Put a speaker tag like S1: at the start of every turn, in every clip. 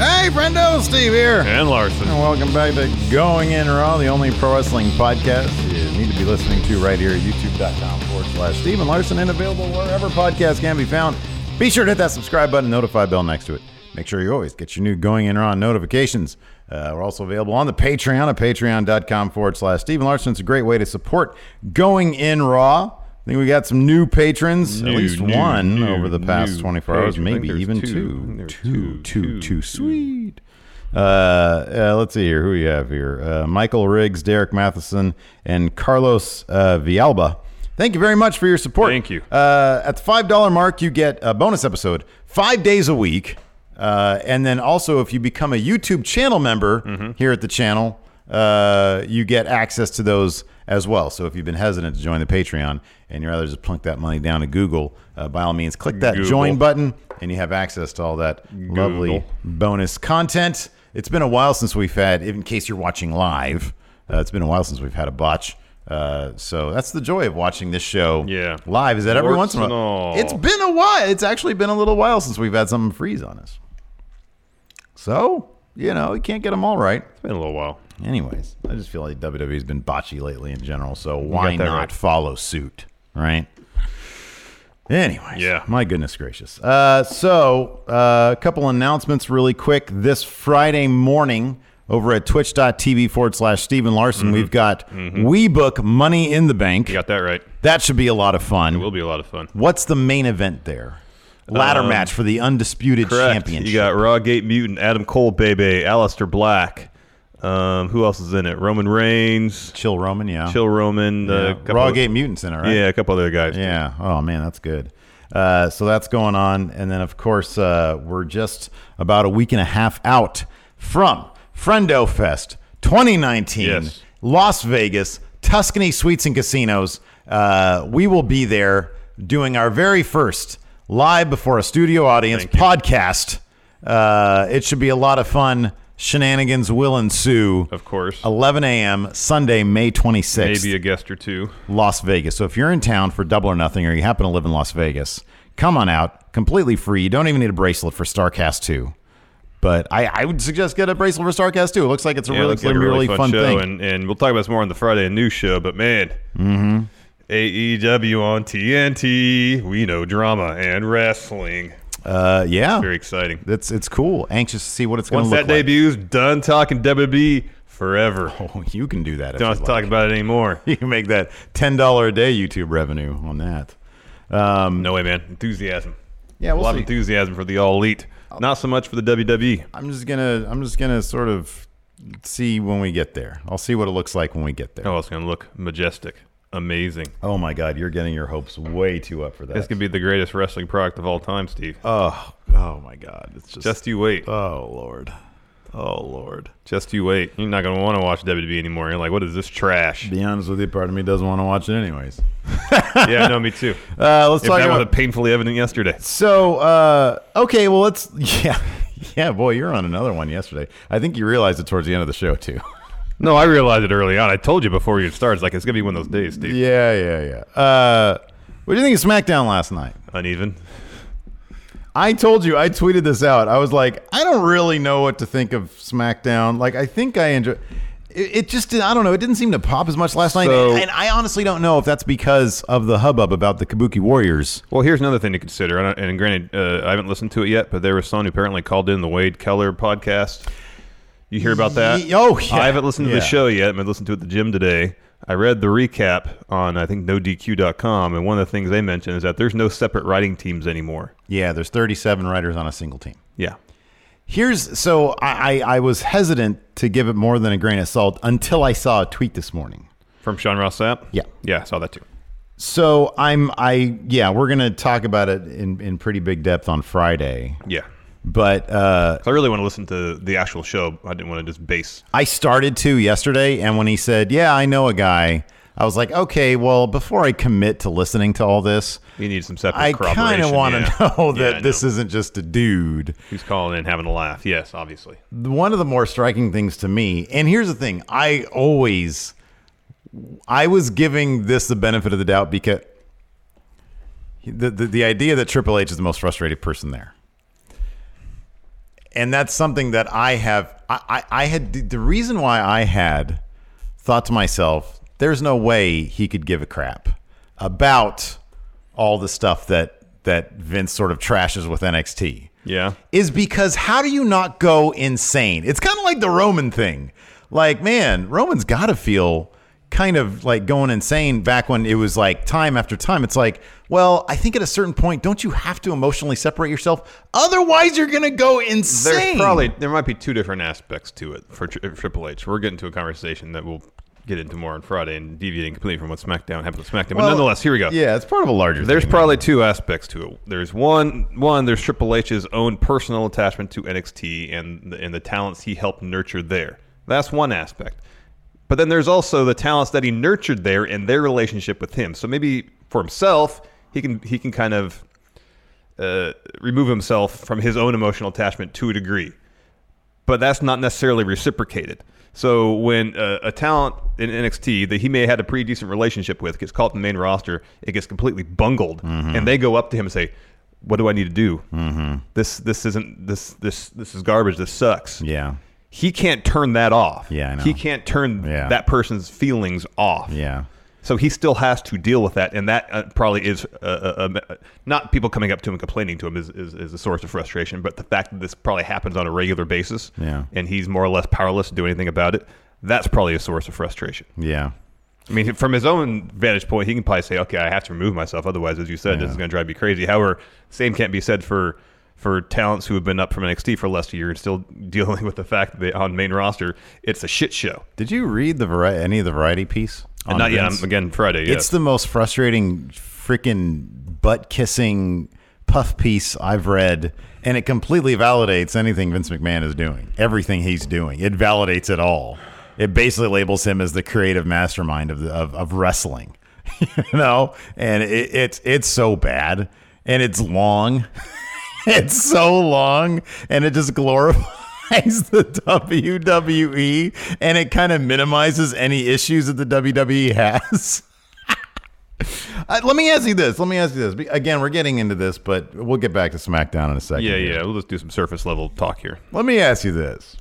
S1: Hey, friendo, Steve here.
S2: And Larson.
S1: And welcome back to Going In Raw, the only pro wrestling podcast you need to be listening to right here at youtube.com forward slash Steven Larson and available wherever podcasts can be found. Be sure to hit that subscribe button, notify bell next to it. Make sure you always get your new Going In Raw notifications. Uh, we're also available on the Patreon at patreon.com forward slash Steven Larson. It's a great way to support Going In Raw. I think we got some new patrons, at
S2: New,
S1: least
S2: new,
S1: one
S2: new,
S1: over the past
S2: new
S1: 24 hours,
S2: patron. I think
S1: maybe
S2: there's
S1: even
S2: two. I think
S1: two.
S2: there's
S1: Two, two,
S2: two, two,
S1: two.
S2: two.
S1: Sweet. Uh, uh, let's see here. Who we have here? Uh, Michael Riggs, Derek Matheson, and Carlos uh, Vialba. Thank you very much for your support.
S2: Thank you.
S1: Uh, at the five dollar mark, you get a bonus episode five days a week, uh, and then also if you become a YouTube channel member
S2: Mm-hmm.
S1: here at the channel, uh, you get access to those as well. So if you've been hesitant to join the Patreon and you'd rather just plunk that money down to Google, uh, by all means, click that
S2: Google.
S1: join button, and you have access to all that lovely
S2: Google.
S1: bonus content. It's been a while since we've had, in case you're watching live, uh, it's been a while since we've had a botch. Uh, so that's the joy of watching this show
S2: Yeah.
S1: live is that every once in a
S2: and
S1: while.
S2: all.
S1: It's been a while. It's actually been a little while since we've had something freeze on us. So, you know, you can't get them all right.
S2: It's been a little while.
S1: Anyways, I just feel like WWE's been botchy lately in general, so why
S2: that
S1: not
S2: right.
S1: follow suit, right? Anyways,
S2: Yeah.
S1: my goodness gracious. Uh, so, uh, a couple announcements really quick. This Friday morning over at twitch.tv forward slash Stephen Larson, we've got WeBook Money in the Bank.
S2: Mm-hmm. You got that right.
S1: That should be a lot of fun.
S2: It will be a lot of fun.
S1: What's the main event there? Ladder match for the undisputed championship.
S2: You got Raw Gate Mutant, Adam Cole, Bebe, Alistair Black. Um, who else is in it? Roman Reigns,
S1: Chill Roman, yeah.
S2: Chill Roman,
S1: yeah.
S2: uh, couple
S1: Raw
S2: of-
S1: Gate Mutants in it, right?
S2: Yeah, a couple other guys.
S1: Yeah. Oh man, that's good. Uh, so that's going on, and then of course uh, we're just about a week and a half out from Friendo Fest 2019,
S2: Yes.
S1: Las Vegas, Tuscany Suites and Casinos. Uh, we will be there doing our very first live before a studio audience podcast. Uh, it should be a lot of fun. Shenanigans will ensue.
S2: Of course.
S1: 11 a.m. Sunday, May 26th.
S2: Maybe a guest or two.
S1: Las Vegas. So if you're in town for Double or Nothing or you happen to live in Las Vegas, come on out. Completely free. You don't even need a bracelet for StarCast 2. But I, I would suggest get a bracelet for StarCast 2. It looks like it's a
S2: Yeah, it
S1: really,
S2: looks like a
S1: really,
S2: really,
S1: fun,
S2: show,
S1: thing.
S2: And, and we'll talk about this more on the Friday news show. But man,
S1: Mm-hmm.
S2: AEW on TNT, we know drama and wrestling.
S1: uh, yeah.
S2: Very exciting.
S1: It's, it's cool. Anxious to see what it's going to
S2: Once
S1: look
S2: that
S1: like.
S2: debuts, done talking WWE forever.
S1: Oh, you can do that. if
S2: Don't have
S1: you'd
S2: to
S1: like.
S2: talk about it anymore.
S1: You can make that $10 a day YouTube revenue on that. Um,
S2: No way, man. Enthusiasm.
S1: Yeah, we'll
S2: a lot
S1: see.
S2: of enthusiasm for the All Elite. Not so much for the E. WWE.
S1: I'm just gonna I'm just gonna sort of see when we get there. I'll see what it looks like when we get there.
S2: Oh, it's going to look majestic, amazing.
S1: Oh my God, you're getting your hopes way too up for that.
S2: This could be the greatest wrestling product of all time, Steve.
S1: Oh, oh my God! It's just,
S2: Just you wait.
S1: oh Lord, oh Lord.
S2: Just you wait. You're not going to want to watch WWE anymore. You're like, what is this trash?
S1: Be honest with you, part of me doesn't want to watch it anyways.
S2: yeah, no, me too.
S1: Uh, let's
S2: if
S1: talk
S2: that
S1: about
S2: wasn't painfully evident yesterday.
S1: so. Uh, okay, well let's yeah, yeah, boy, you're on another one yesterday. I think you realized it towards the end of the show too.
S2: No, I realized it early on. I told you before you started. It's like it's gonna be one of those days, Steve.
S1: yeah, yeah, yeah. Uh, what do you think of SmackDown last night?
S2: Uneven.
S1: I told you, I tweeted this out. I was like, I don't really know what to think of SmackDown. Like, I think I enjoy. It, it just, did- I don't know. It didn't seem to pop as much last night,
S2: So-
S1: and I honestly don't know if that's because of the hubbub about the Kabuki Warriors.
S2: Well, here's another thing to consider. And, and granted, uh, I haven't listened to it yet, but there was someone who apparently called in the Wade Keller podcast. You hear about that?
S1: Ye- oh, yeah.
S2: I haven't listened to
S1: Yeah.
S2: the show yet. I'm listened to it at the gym today. I read the recap on I think NoDQ.com, and one of the things they mentioned is that there's no separate writing teams anymore.
S1: Yeah, there's 37 writers on a single team.
S2: Yeah,
S1: Here's so I, I, I was hesitant to give it more than a grain of salt until I saw a tweet this morning.
S2: from Sean Rossap.
S1: Yeah.
S2: yeah, I saw that too.
S1: So I'm I yeah we're gonna talk about it in in pretty big depth on Friday,
S2: Yeah,
S1: but uh,
S2: 'Cause I really want to listen to the actual show. I didn't want to just base.
S1: I started to yesterday, and when he said, "Yeah, I know a guy," I was like, "Okay, well, before I commit to listening to all this,
S2: You need some separate.
S1: I kind of want to know that this isn't just a dude."
S2: who's calling in having a laugh. Yes, obviously.
S1: one of the more striking things to me and here's the thing i always i was giving this the benefit of the doubt because the, the, the idea that triple h is the most frustrated person there and that's something that i have i i, I had the- the reason why i had thought to myself there's no way he could give a crap about all the stuff that that vince sort of trashes with nxt
S2: Yeah.
S1: is because how do you not go insane? It's kind of like the Roman thing. Like, man, Roman's got to feel kind of like going insane back when it was like time after time. It's like, well, I think at a certain point, don't you have to emotionally separate yourself? Otherwise, you're going to go insane.
S2: There's probably there might be two different aspects to it for Tri- Triple H. We're getting to a conversation that we'll get into more on Friday and deviating completely from what SmackDown happened to SmackDown. but
S1: Well,
S2: nonetheless, here we go.
S1: Yeah, it's part of a larger
S2: There's
S1: thing.
S2: probably two aspects to it. There's one one there's Triple H's own personal attachment to NXT and the- and the talents he helped nurture there. That's one aspect. But then there's also the talents that he nurtured there and their relationship with him. So maybe for himself, he can he can kind of uh, remove himself from his own emotional attachment to a degree but that's not necessarily reciprocated. So when uh, a talent in NXT that he may have had a pretty decent relationship with gets caught in the main roster, it gets completely bungled,
S1: Mm-hmm.
S2: and they go up to him and say, "What do I need to do? Mm-hmm. This this isn't this this this is garbage. This sucks."
S1: Yeah.
S2: He can't turn that off.
S1: Yeah, I know.
S2: He can't turn
S1: Yeah.
S2: that person's feelings off.
S1: Yeah.
S2: So he still has to deal with that, and that uh, probably is uh, uh, uh, not people coming up to him and complaining to him is, is, is a source of frustration, but the fact that this probably happens on a regular basis,
S1: Yeah.
S2: and he's more or less powerless to do anything about it, that's probably a source of frustration.
S1: Yeah.
S2: I mean, from his own vantage point, he can probably say, "Okay, I have to remove myself, otherwise, as you said, this is going to drive me crazy." However, same can't be said for for talents who have been up from NXT for less than a year and still dealing with the fact that they, on main roster, it's a shit show.
S1: Did you read the vari- any of the variety piece?
S2: And
S1: on
S2: not yet.
S1: Vince?
S2: I'm, again, Friday.
S1: It's
S2: yes.
S1: the most frustrating freaking butt kissing puff piece I've read, and it completely validates anything Vince McMahon is doing. Everything he's doing, it validates it all. It basically labels him as the creative mastermind of the, of, of wrestling, you know. And it, it's it's so bad, and it's long. It's so long and it just glorifies the WWE and it kind of minimizes any issues that the WWE has. Uh, let me ask you this. Let me ask you this. Be- Again, we're getting into this, but we'll get back to SmackDown in a second.
S2: Yeah,
S1: here.
S2: yeah. We'll just do some surface level talk here.
S1: Let me ask you this.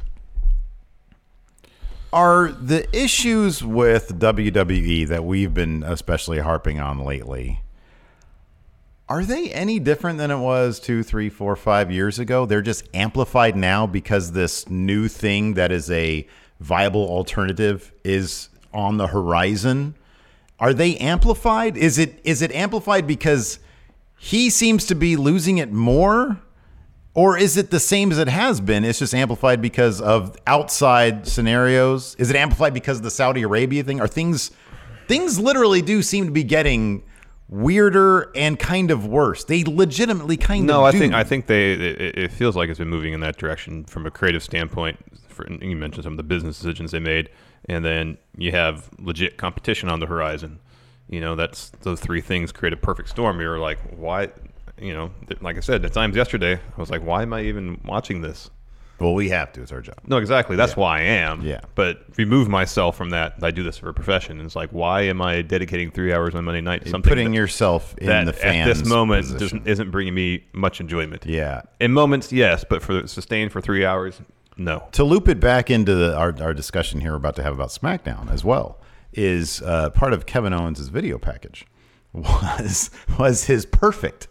S1: Are the issues with WWE that we've been especially harping on lately, are they any different than it was two, three, four, five years ago? They're just amplified now because this new thing that is a viable alternative is on the horizon. Are they amplified? Is it is it amplified because he seems to be losing it more? Or is it the same as it has been? It's just amplified because of outside scenarios. Is it amplified because of the Saudi Arabia thing? Are things things literally do seem to be getting weirder and kind of worse? They legitimately kind
S2: No, I
S1: of do.
S2: think I think they. It, it feels like it's been moving in that direction from a creative standpoint. For, and you mentioned some of the business decisions they made, and then you have legit competition on the horizon. You know, that's those three things create a perfect storm. You're like, why? You know, th- like I said, at times yesterday, I was like, why am I even watching this?
S1: well, we have to. It's our job.
S2: No, exactly. That's why I am.
S1: Yeah.
S2: But remove myself from that. I do this for a profession. It's like, why am I dedicating three hours on Monday night to something?
S1: Putting
S2: that-
S1: yourself in
S2: that
S1: the fans
S2: at this moment
S1: position.
S2: doesn't, isn't bringing me much enjoyment.
S1: Yeah.
S2: in moments, yes, but for sustained for three hours, no.
S1: to loop it back into the, our, our discussion here we're about to have about SmackDown as well is uh, part of Kevin Owens' video package was was his perfect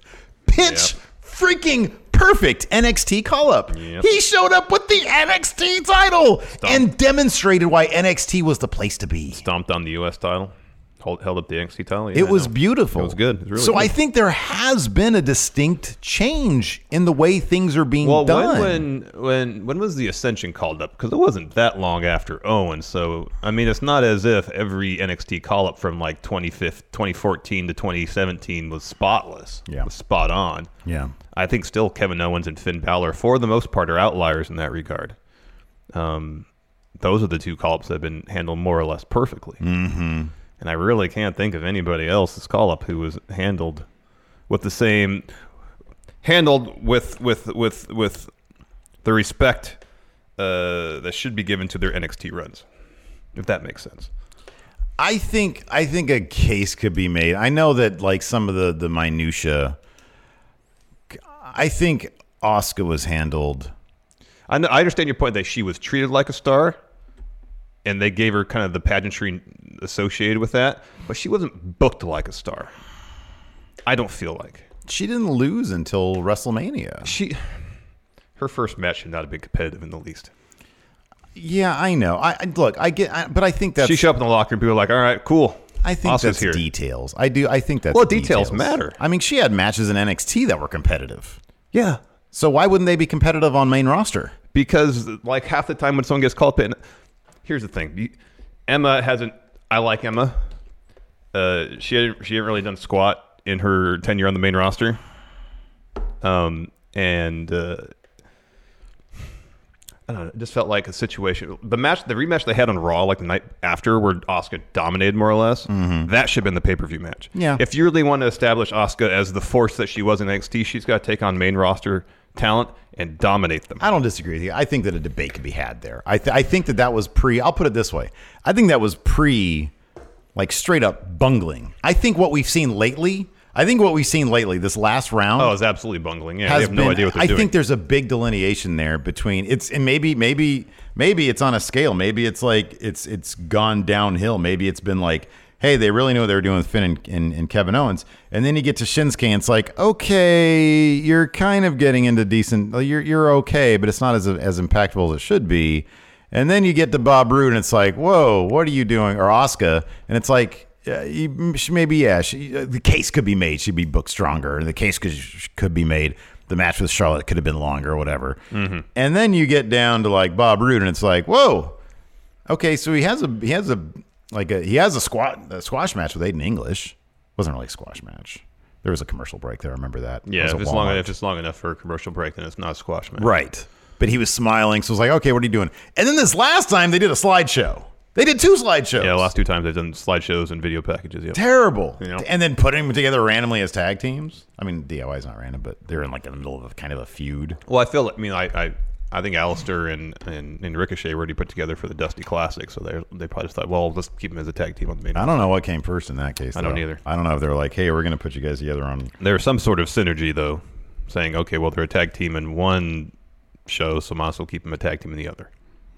S1: pitch
S2: Yeah.
S1: freaking perfect NXT call up.
S2: Yep.
S1: He showed up with the NXT title and demonstrated why NXT was the place to be.
S2: Stomped on the U.S. title, hold, held up the NXT title. Yeah,
S1: It
S2: I
S1: was
S2: know.
S1: beautiful.
S2: It was good. It was really
S1: so I
S2: good.
S1: think there has been a distinct change in the way things are being
S2: Well,
S1: done.
S2: when when when when was the Ascension called up? Because it wasn't that long after Owen. So I mean, it's not as if every NXT call up from like 25th, 2014 to 2017 was spotless.
S1: Yeah.
S2: was spot on.
S1: Yeah.
S2: I think still Kevin Owens and Finn Balor, for the most part, are outliers in that regard. Um, those are the two call ups that have been handled more or less perfectly. Mm-hmm. And I really can't think of anybody else's call up who was handled with the same handled with with with with the respect uh, that should be given to their NXT runs, if that makes sense.
S1: I think I think a case could be made. I know that like some of the the minutia. I think Oscar was handled.
S2: I, know, I understand your point that she was treated like a star, and they gave her kind of the pageantry associated with that, but she wasn't booked like a star. I don't feel like
S1: She didn't lose until WrestleMania.
S2: she. Her first match should not have been competitive in the least.
S1: Yeah, I know. I, I look. I get, I, but I think that's.
S2: she showed up in the locker room. People were like, "All right, cool."
S1: I think
S2: Asuka's
S1: that's
S2: here.
S1: details. I do. I think that's
S2: Well, details matter.
S1: I mean, she had matches in NXT that were competitive.
S2: Yeah,
S1: So why wouldn't they be competitive on main roster?
S2: because like half the time when someone gets called up, in, here's the thing: You- Emma hasn't. I like Emma. Uh, she hadn't, she hadn't really done squat in her tenure on the main roster. Um, and uh, I don't know. It just felt like a situation. The match, the rematch they had on Raw, like the night after, where Oscar dominated more or less. That should have been the pay per view match.
S1: Yeah.
S2: If you really want to establish Oscar as the force that she was in NXT, she's got to take on main roster talent and dominate them.
S1: I don't disagree with you. I think that a debate could be had there. I, th- I think that that was pre. I'll put it this way. I think that was pre, like straight up bungling. I think what we've seen lately. I think what we've seen lately, this last round.
S2: Oh, it's absolutely bungling. Yeah, they
S1: has
S2: have no
S1: been-
S2: idea what they're
S1: I
S2: doing.
S1: think there's a big delineation there between it's and maybe maybe maybe it's on a scale. Maybe it's like it's it's gone downhill. Maybe it's been like, hey, they really know what they were doing with Finn and, and, and Kevin Owens. And then you get to Shinsuke and it's like, okay, you're kind of getting into decent you're you're okay, but it's not as as impactful as it should be. And then you get to Bob Roode and it's like, whoa, what are you doing? Or Oscar, and it's like, yeah, you- she maybe yeah, she, uh, the case could be made. She'd be booked stronger. The case could could be made. The match with Charlotte could have been longer or whatever.
S2: Mm-hmm.
S1: And then you get down to like Bob Roode, and it's like, whoa, okay, so he has a he has a like a he has a squat a squash match with Aiden English. Wasn't really a squash match. There was a commercial break there. I remember that. It
S2: yeah,
S1: was
S2: if
S1: at
S2: it's, long,
S1: Walmart.
S2: if it's long enough for a commercial break, then it's not a squash match.
S1: Right. But he was smiling, so I was like, okay, what are you doing? And then this last time they did a slideshow. They did two slideshows.
S2: Yeah, the last two times they've done slideshows and video packages. Yeah.
S1: terrible.
S2: Yeah.
S1: And then putting them together randomly as tag teams. I mean, DIY is not random, but they're in like the middle of a, kind of a feud.
S2: Well, I feel. I mean, I, I, I think Alistair and, and, and Ricochet were already put together for the Dusty Classic, so they they probably just thought, well, let's keep them as a tag team on the main.
S1: I don't know what came first in that case.
S2: I don't
S1: though.
S2: either.
S1: I don't know if they're like, hey, we're going to put you guys together on.
S2: There was some sort of synergy though, saying, okay, well, they're a tag team in one show, so might as well keep them a tag team in the other.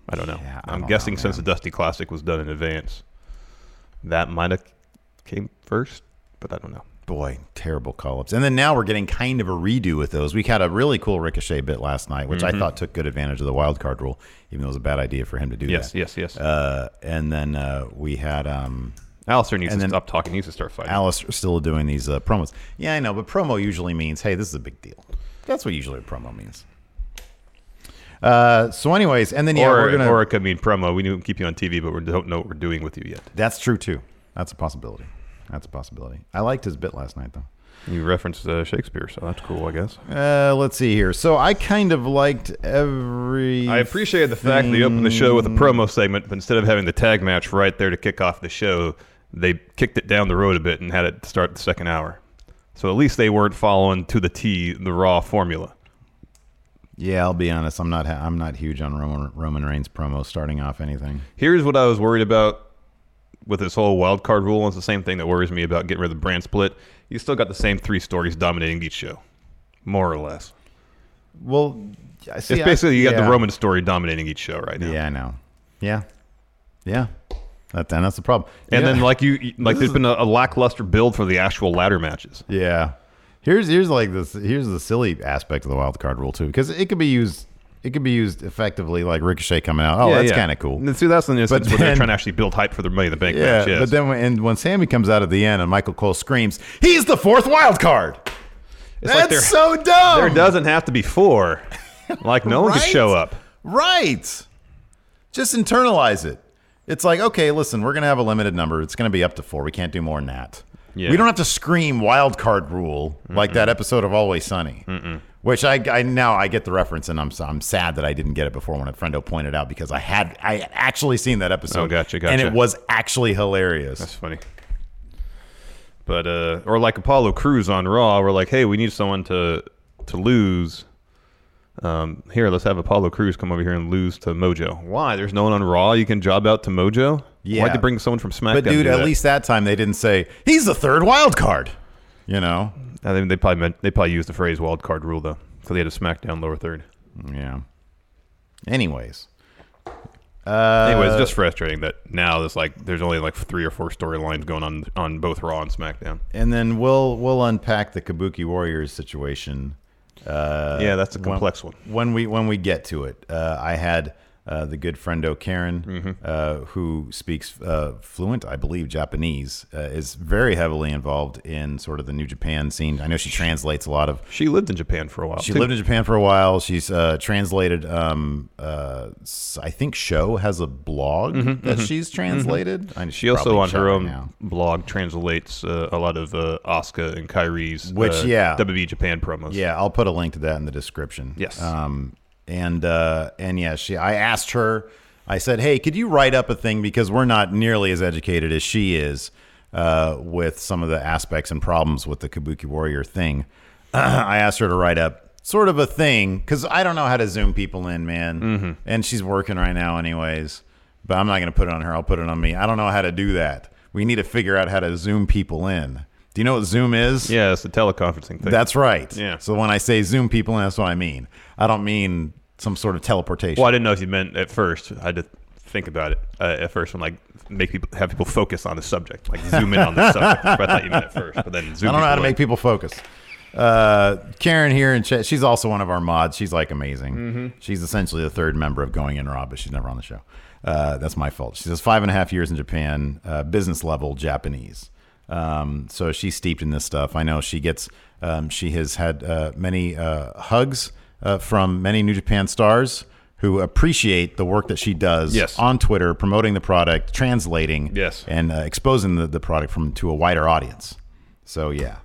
S2: I don't know.
S1: Yeah, I
S2: I'm
S1: don't know,
S2: guessing since the
S1: man.
S2: Dusty Classic was done in advance, that might have came first, but I don't know.
S1: Boy, terrible call ups. And then now we're getting kind of a redo with those. We had a really cool Ricochet bit last night, which
S2: Mm-hmm.
S1: I thought took good advantage of the wild card rule, even though it was a bad idea for him to do
S2: Yes,
S1: that.
S2: yes, yes.
S1: Uh, and then uh, we had. Um,
S2: Alistair needs
S1: And
S2: to
S1: then-
S2: stop talking. He needs to start fighting.
S1: Alistair still doing these uh, promos. Yeah, I know, but promo usually means, hey, this is a big deal. That's what usually a promo means. Uh, so, anyways, and then yeah,
S2: or,
S1: we're gonna.
S2: or it could mean promo. We didn't keep you on TV, but we don't know what we're doing with you yet.
S1: that's true too. That's a possibility. That's a possibility. I liked his bit last night though.
S2: You referenced uh, Shakespeare, so that's cool, I guess.
S1: Uh, let's see here. So I kind of liked every.
S2: I appreciated the fact that they opened the show
S1: Mm.
S2: with a promo segment, but instead of having the tag match right there to kick off the show, they kicked it down the road a bit and had it start the second hour. So at least they weren't following to the T the Raw formula.
S1: Yeah, I'll be honest. I'm not. I'm not huge on Roman Roman Reigns promos starting off anything.
S2: Here's what I was worried about with this whole wild card rule. and It's the same thing that worries me about getting rid of the brand split. You still got the same three stories dominating each show, more or less.
S1: Well, I see.
S2: it's
S1: I-
S2: basically you got
S1: yeah.
S2: the Roman story dominating each show right now.
S1: Yeah, I know. Yeah, yeah. That, and that's the problem.
S2: And
S1: Yeah.
S2: then like you like there's been a, a lackluster build for the actual ladder matches.
S1: Yeah. Here's here's like this. Here's the silly aspect of the wild card rule too, because it could be used. It could be used effectively, like Ricochet coming out. Oh, that's kind of cool.
S2: And see, that's the instance where
S1: then-
S2: they're trying to actually build hype for their Money in the Bank
S1: Yeah,
S2: match. Yes.
S1: but then when, and when Sammy comes out at the end and Michael Cole screams, "He's the fourth wild card."
S2: It's
S1: That's
S2: like they're-
S1: so dumb.
S2: There doesn't have to be four. Like no one could
S1: Right?
S2: show up.
S1: Right. Just internalize it. It's like, okay, listen, we're going to have a limited number. It's going to be up to four. We can't do more than that.
S2: Yeah.
S1: We don't have to scream wild card rule like that episode of Always Sunny, which I, I now I get the reference, and I'm s- I'm sad that I didn't get it before when a friendo pointed out because I had I had actually seen that episode.
S2: Oh, gotcha,
S1: And it
S2: gotcha.
S1: was actually hilarious.
S2: That's funny. But uh, or like Apollo Cruz on Raw, we're like, hey, we need someone to to lose. Um, here, let's have Apollo Cruz come over here and lose to Mojo. Why? There's no one on Raw you can job out to Mojo.
S1: Yeah.
S2: Why'd they bring someone from SmackDown?
S1: but
S2: to
S1: dude,
S2: do
S1: at
S2: that?
S1: least that time they didn't say he's the third wild card. You know?
S2: I think they probably meant they probably used the phrase wild card rule though, so they had a SmackDown lower third.
S1: Yeah. Anyways.
S2: Anyways,
S1: Uh,
S2: just frustrating that now there's like there's only like three or four storylines going on on both Raw and SmackDown.
S1: and then we'll we'll unpack the Kabuki Warriors situation Uh,
S2: yeah, that's a complex one.
S1: when we when we get to it. Uh, I had uh, the good friend O'Karen,
S2: Mm-hmm.
S1: uh, who speaks uh, fluent, I believe, Japanese, uh, is very heavily involved in sort of the New Japan scene. I know she translates a lot of
S2: She lived in Japan for a while.
S1: She
S2: too.
S1: lived in Japan for a while. She's uh, translated. Um, uh, s- I think Show has a blog that she's translated. I should
S2: Mm-hmm, She also
S1: probably
S2: on
S1: check
S2: her
S1: right
S2: own
S1: now.
S2: blog translates uh, a lot of uh, Asuka and Kyrie's
S1: Which,
S2: uh,
S1: yeah.
S2: WB Japan promos.
S1: Yeah, I'll put a link to that in the description.
S2: Yes.
S1: Um, and uh, and yeah, she. I asked her. I said, "Hey, could you write up a thing because we're not nearly as educated as she is uh, with some of the aspects and problems with the Kabuki Warrior thing." I asked her to write up sort of a thing because I don't know how to zoom people in, man.
S2: Mm-hmm.
S1: And she's working right now, anyways. But I'm not going to put it on her. I'll put it on me. I don't know how to do that. We need to figure out how to zoom people in. Do you know what Zoom is?
S2: yeah, it's the teleconferencing thing.
S1: That's right.
S2: Yeah.
S1: So when I say Zoom people, that's what I mean. I don't mean some sort of teleportation.
S2: well, I didn't know if you meant at first. I had to think about it uh, at first and like make people have people focus on the subject, like zoom in on the subject. That's what I thought you meant at first, but then zoom.
S1: I don't know how to make
S2: people.
S1: people focus. Uh, Karen here in chat. She's also one of our mods. She's like amazing.
S2: Mm-hmm.
S1: She's essentially the third member of Going in Raw, but she's never on the show. Uh, that's my fault. She says five and a half years in Japan, uh, business level Japanese. Um, so she's steeped in this stuff. I know she gets. Um, she has had uh, many uh, hugs uh, from many New Japan stars who appreciate the work that she does
S2: Yes.
S1: on Twitter, promoting the product, translating,
S2: Yes.
S1: and uh, exposing the, the product from to a wider audience. So yeah,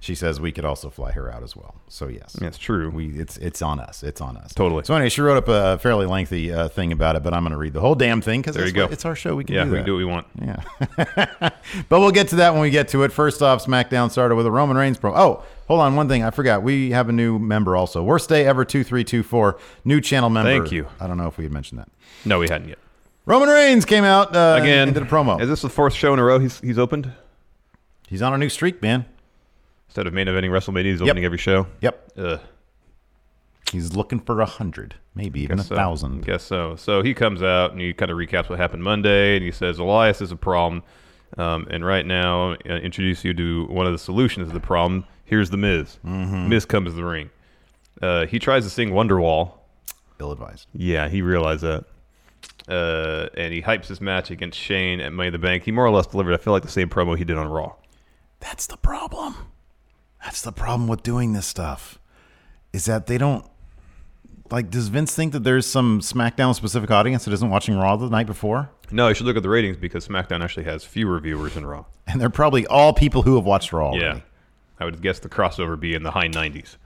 S1: she says we could also fly her out as well. So yes,
S2: That's true.
S1: We it's it's on us. It's on us.
S2: Totally.
S1: So anyway, she wrote up a fairly lengthy uh, thing about it, but I'm going to read the whole damn thing because
S2: There you go.
S1: It's our show. We can
S2: Yeah,
S1: do
S2: we
S1: that.
S2: can do what we want.
S1: Yeah. but we'll get to that when we get to it. First off, SmackDown started with a Roman Reigns promo. Oh, hold on. One thing I forgot. We have a new member also. Worst day ever 2324. New channel member.
S2: Thank you.
S1: I don't know if we had mentioned that.
S2: No, we hadn't yet.
S1: Roman Reigns came out uh,
S2: Again,
S1: and did a promo.
S2: Is this the fourth show in a row he's he's opened?
S1: He's on a new streak, man.
S2: Instead of main eventing WrestleMania, he's opening every show.
S1: Yep.
S2: Ugh.
S1: He's looking for a hundred, maybe even a
S2: so.
S1: thousand.
S2: Guess so. So he comes out and he kind of recaps what happened Monday, and he says Elias is a problem, um, and right now uh, introduce you to one of the solutions to the problem. Here's the Miz. Miz comes to the ring. Uh, he tries to sing Wonderwall.
S1: Ill advised.
S2: Yeah, he realized that. Uh, and he hypes his match against Shane at Money in the Bank. He more or less delivered. I feel like the same promo he did on Raw.
S1: That's the problem. That's the problem with doing this stuff. Is that they don't like does Vince think that there's some SmackDown specific audience that isn't watching Raw the night before?
S2: No, you should look at the ratings because SmackDown actually has fewer viewers than Raw.
S1: And they're probably all people who have watched Raw.
S2: Yeah,
S1: already.
S2: I would guess the crossover be in the high 90s.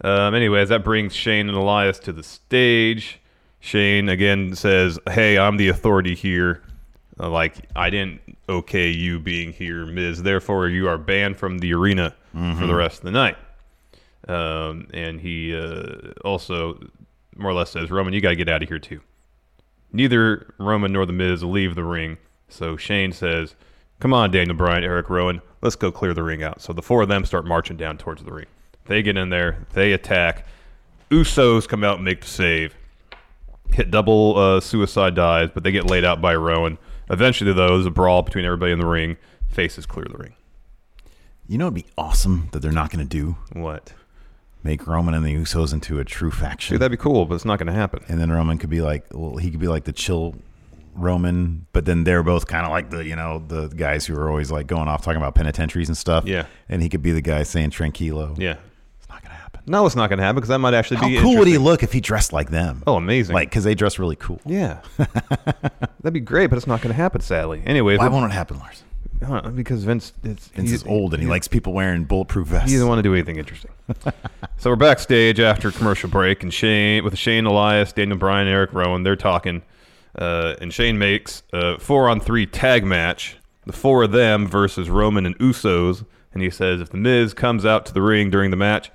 S2: Um, anyways, that brings Shane and Elias to the stage. Shane again says, "Hey, I'm the authority here. Uh, like I didn't okay you being here, Miz. Therefore, you are banned from the arena for the rest of the night." Um, and he uh, also more or less says, "Roman, you got to get out of here too." Neither Roman nor the Miz leave the ring, so Shane says, "Come on, Daniel Bryan, Eric Rowan, let's go clear the ring out." So the four of them start marching down towards the ring. They get in there, they attack. Usos come out and make the save, hit double uh, suicide dives, but they get laid out by Rowan. Eventually, though, there's a brawl between everybody in the ring. Faces clear the ring.
S1: You know, it'd be awesome that they're not going to do
S2: What?
S1: make Roman and the Usos into a true faction.
S2: Dude, that'd be cool, but it's not going to happen.
S1: and then Roman could be like, well, he could be like the chill Roman, but then they're both kind of like the, you know, the guys who are always like going off talking about penitentiaries and stuff.
S2: Yeah.
S1: And he could be the guy saying tranquilo.
S2: Yeah.
S1: It's not going to happen.
S2: No, it's not going to happen because that might actually
S1: How
S2: be
S1: cool would he
S2: interesting.
S1: look if he dressed like them?
S2: Oh, amazing!
S1: Like, because they dress really cool.
S2: yeah, that'd be great, but it's not going to happen, sadly. Anyway,
S1: Why
S2: the-
S1: won't it happen, Lars?
S2: uh, because Vince, it's,
S1: Vince
S2: he-
S1: is old and he
S2: he-
S1: likes people wearing bulletproof vests.
S2: He doesn't want to do anything interesting. so we're backstage after commercial break, and Shane with Shane Elias, Daniel Bryan, Eric Rowan, they're talking, uh, and Shane makes a four on three tag match, the four of them versus Roman and Usos, and he says if the Miz comes out to the ring during the match,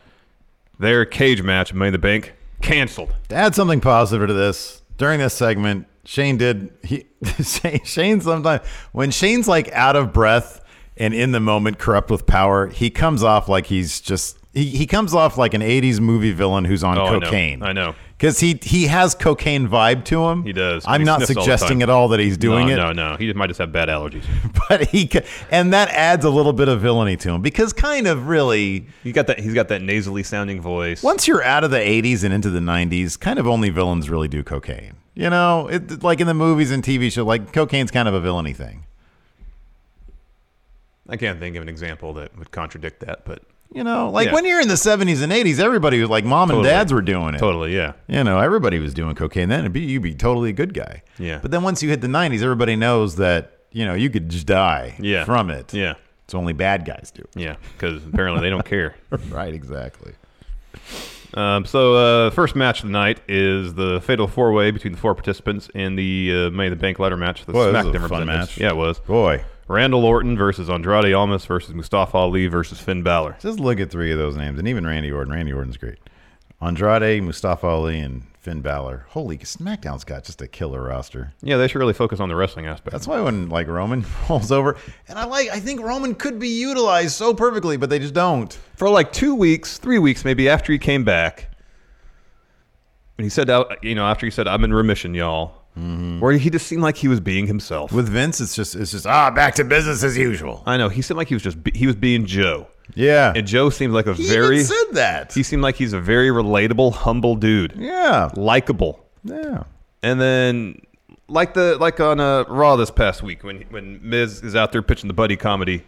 S2: their cage match, Money in the Bank, canceled.
S1: To add something positive to this, during this segment, Shane did he Shane, Shane sometimes when Shane's like out of breath and in the moment corrupt with power, he comes off like he's just he, he comes off like an 80s movie villain who's on
S2: Oh, I know.
S1: cocaine.
S2: I know.
S1: Cuz he he has cocaine vibe to him.
S2: He does.
S1: I'm
S2: He
S1: not
S2: sniffs all the
S1: suggesting at
S2: time.
S1: all that he's doing
S2: no,
S1: it
S2: No, no, he might just have bad allergies.
S1: but he c- and that adds a little bit of villainy to him because kind of really
S2: He got that. He's got that nasally sounding voice.
S1: once you're out of the 80s and into the 90s, kind of only villains really do cocaine. You know, it, like in the movies and TV show, like cocaine's kind of a villainy thing.
S2: I can't think of an example that would contradict that, but
S1: You know, like
S2: Yeah.
S1: when you're in the 70s and 80s, everybody was like mom and
S2: Totally.
S1: dads were doing it.
S2: totally, yeah.
S1: You know, everybody was doing cocaine then. It'd be, you'd be totally a good guy.
S2: Yeah.
S1: But then once you hit the 90s, everybody knows that, you know, you could just die
S2: Yeah.
S1: from it.
S2: Yeah.
S1: It's only bad guys do it.
S2: Yeah, because apparently they don't care.
S1: Right, exactly.
S2: Um, so, uh, first match of the night is the fatal four way between the four participants in the uh, Money in the Bank ladder match. The
S1: Boy, this
S2: SmackDown
S1: was a fun
S2: representatives.
S1: match.
S2: Yeah, it was.
S1: Boy,
S2: Randall Orton versus Andrade Almas versus Mustafa Ali versus Finn Balor.
S1: Just look at three of those names, and even Randy Orton. Randy Orton's great. Andrade, Mustafa Ali, and Finn Balor. Holy, SmackDown's got just a killer roster.
S2: Yeah, they should really focus on the wrestling aspect.
S1: That's why when like Roman rolls over, and I like, I think Roman could be utilized so perfectly, but they just don't.
S2: for like two weeks, three weeks maybe after he came back. When he said, out, you know, after he said, I'm in remission, y'all, where he just seemed like he was being himself.
S1: With Vince, it's just, it's just ah, back to business as usual.
S2: I know. He seemed like he was just, be, he was being Joe.
S1: Yeah,
S2: And Joe seemed like a
S1: he
S2: very,
S1: even said that.
S2: he seemed like he's a very relatable, humble dude.
S1: yeah,
S2: Likeable.
S1: yeah.
S2: And then, like the like on uh, Raw this past week, when when Miz is out there pitching the buddy comedy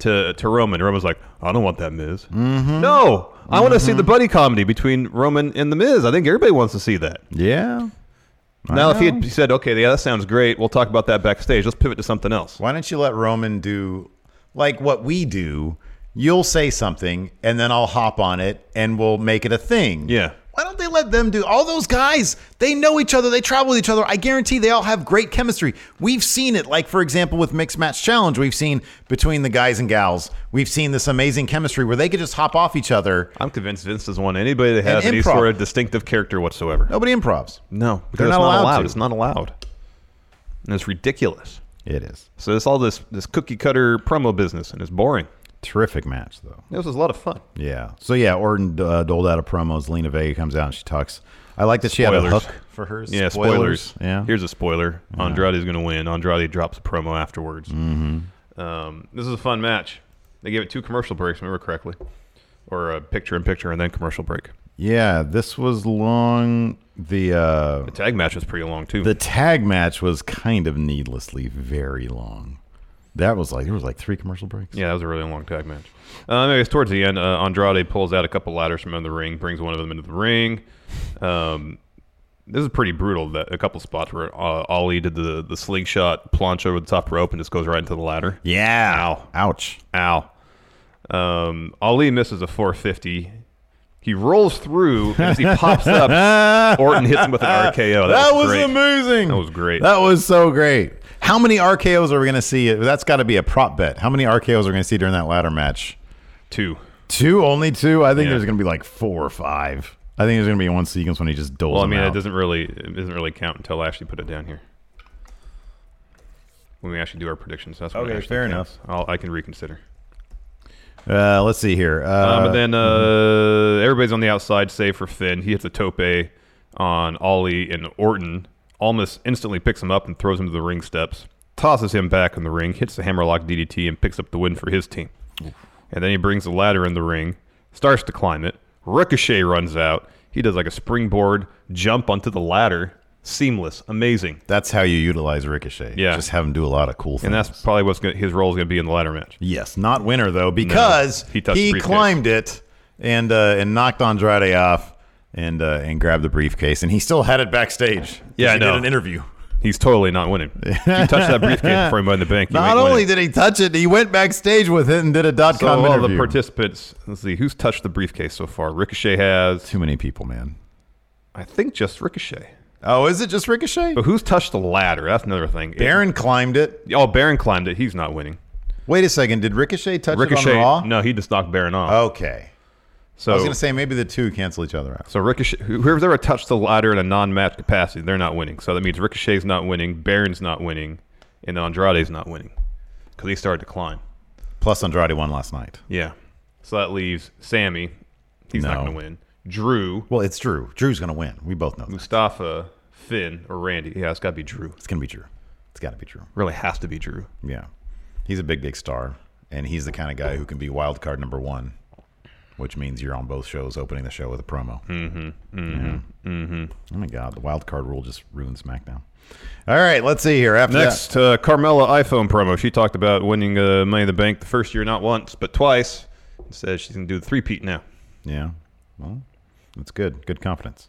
S2: to to Roman, Roman's like, "I don't want that Miz.
S1: Mm-hmm.
S2: No, I want to see the buddy comedy between Roman and the Miz. I think everybody wants to see that."
S1: Yeah.
S2: now, if he
S1: know.
S2: had said, "Okay, yeah, that sounds great. We'll talk about that backstage. Let's pivot to something else."
S1: Why don't you let Roman do like what we do? You'll say something, and then I'll hop on it, and we'll make it a thing.
S2: Yeah.
S1: Why don't they let them do all those guys? They know each other. They travel with each other. I guarantee they all have great chemistry. We've seen it, like for example, with Mixed Match Challenge, we've seen between the guys and gals, we've seen this amazing chemistry where they could just hop off each other.
S2: I'm convinced Vince doesn't want anybody to have any
S1: improv.
S2: sort of distinctive character whatsoever.
S1: Nobody improvs.
S2: No,
S1: They're
S2: because it's
S1: not allowed to.
S2: It's not allowed, and it's ridiculous.
S1: It is
S2: So it's all this this cookie cutter promo business, and it's boring.
S1: terrific match though.
S2: It was a lot of fun.
S1: Yeah. So yeah, Orton uh, doled out of promos. Lena Vega comes out and she talks. I like that she had a
S2: Spoilers.
S1: hook for hers.
S2: Yeah, spoilers.
S1: Yeah.
S2: Here's a spoiler. Andrade's going to win. Andrade drops a promo afterwards. Um, this is a fun match. They gave it two commercial breaks, remember correctly, or a picture in picture and then commercial break.
S1: yeah. This was long. The uh,
S2: The tag match was pretty long too.
S1: the tag match was kind of needlessly very long. That was like there was like three commercial breaks.
S2: yeah, that was a really long tag match. Um, anyways, towards the end, uh, Andrade pulls out a couple ladders from under the ring, brings one of them into the ring. Um, this is pretty brutal. That a couple spots where uh, Ollie did the the slingshot planche over the top rope and just goes right into the ladder.
S1: Yeah.
S2: Ow.
S1: Ouch.
S2: Ow. Um, Ali misses a 450. He rolls through and as he pops up. Orton hits him with an RKO. Oh, That,
S1: That was,
S2: was, great.
S1: amazing.
S2: That was great.
S1: That was so great. How many RKO's are we going to see? That's got to be a prop bet. How many RKO's are we going to see during that ladder match?
S2: Two.
S1: Two, only two. I think
S2: Yeah.
S1: there's going to be like four or five. I think there's going to be one sequence when he just doles.
S2: Well, I
S1: them
S2: mean, it
S1: out.
S2: doesn't really it doesn't really count until I actually put it down here. When we actually do our predictions, that's when it
S1: Okay,
S2: actually
S1: fair
S2: counts. I'll, I can reconsider.
S1: Uh, let's see here.
S2: Um,
S1: Uh, mhm.
S2: but then uh, everybody's on the outside save for Finn. He hits a tope on Ollie and Orton. Almost instantly picks him up and throws him to the ring steps. Tosses him back in the ring, hits the hammerlock DDT, and picks up the win for his team. and then he brings the ladder in the ring, starts to climb it. Ricochet runs out. He does like a springboard jump onto the ladder. Seamless, amazing,
S1: That's how you utilize Ricochet.
S2: Yeah.
S1: Just have him do a lot of cool things.
S2: and that's probably what's gonna, his role is going to be in the ladder match.
S1: Yes, not winner though, because
S2: he
S1: he,
S2: touched the briefcase.
S1: climbed it and uh, and knocked Andrade off and uh, and grabbed the briefcase, and he still had it backstage.
S2: Yeah, I
S1: he
S2: know.
S1: did an interview.
S2: He's totally not winning. if you touch that briefcase before you buy in the bank, you
S1: Not
S2: ain't
S1: only
S2: winning.
S1: did he touch it, he went backstage with it and did a dot
S2: so
S1: com
S2: all
S1: interview.
S2: the participants. Let's see who's touched the briefcase so far. Ricochet has.
S1: Too many people, man.
S2: I think just Ricochet.
S1: Oh, is it just Ricochet?
S2: But who's touched the ladder? That's another thing.
S1: Baron climbed it.
S2: oh, Baron climbed it. He's not winning.
S1: Wait a second, did Ricochet touch
S2: Ricochet.
S1: it on Raw?
S2: No, Oh. he just knocked Baron off.
S1: Okay.
S2: so
S1: I was gonna say maybe the two cancel each other out.
S2: So Ricochet, whoever's ever touched the ladder in a non-match capacity, they're not winning. So that means Ricochet's not winning, Baron's not winning, and Andrade's not winning because he started to climb.
S1: Plus Andrade won last night.
S2: Yeah. So that leaves Sammy. He's not
S1: No.
S2: going to win. Drew,
S1: Well, it's Drew. Drew's gonna win. We both know that.
S2: Mustafa, Finn, or Randy. Yeah, it's got to be Drew.
S1: It's gonna be Drew. It's gotta be Drew.
S2: Really has to be Drew.
S1: Yeah. He's a big, big star. And he's the kind of guy who can be wild card number one, which means you're on both shows opening the show with a promo. Mm-hmm. Mm-hmm. Mm-hmm. Oh my God. The wild card rule just ruined SmackDown. All right, let's see here. After
S2: Next, uh, Carmella iPhone promo. She talked about winning uh, Money in the Bank the first year, not once, but twice. And says she's going to do the three-peat now.
S1: that. Yeah. Well, that's good. Good confidence.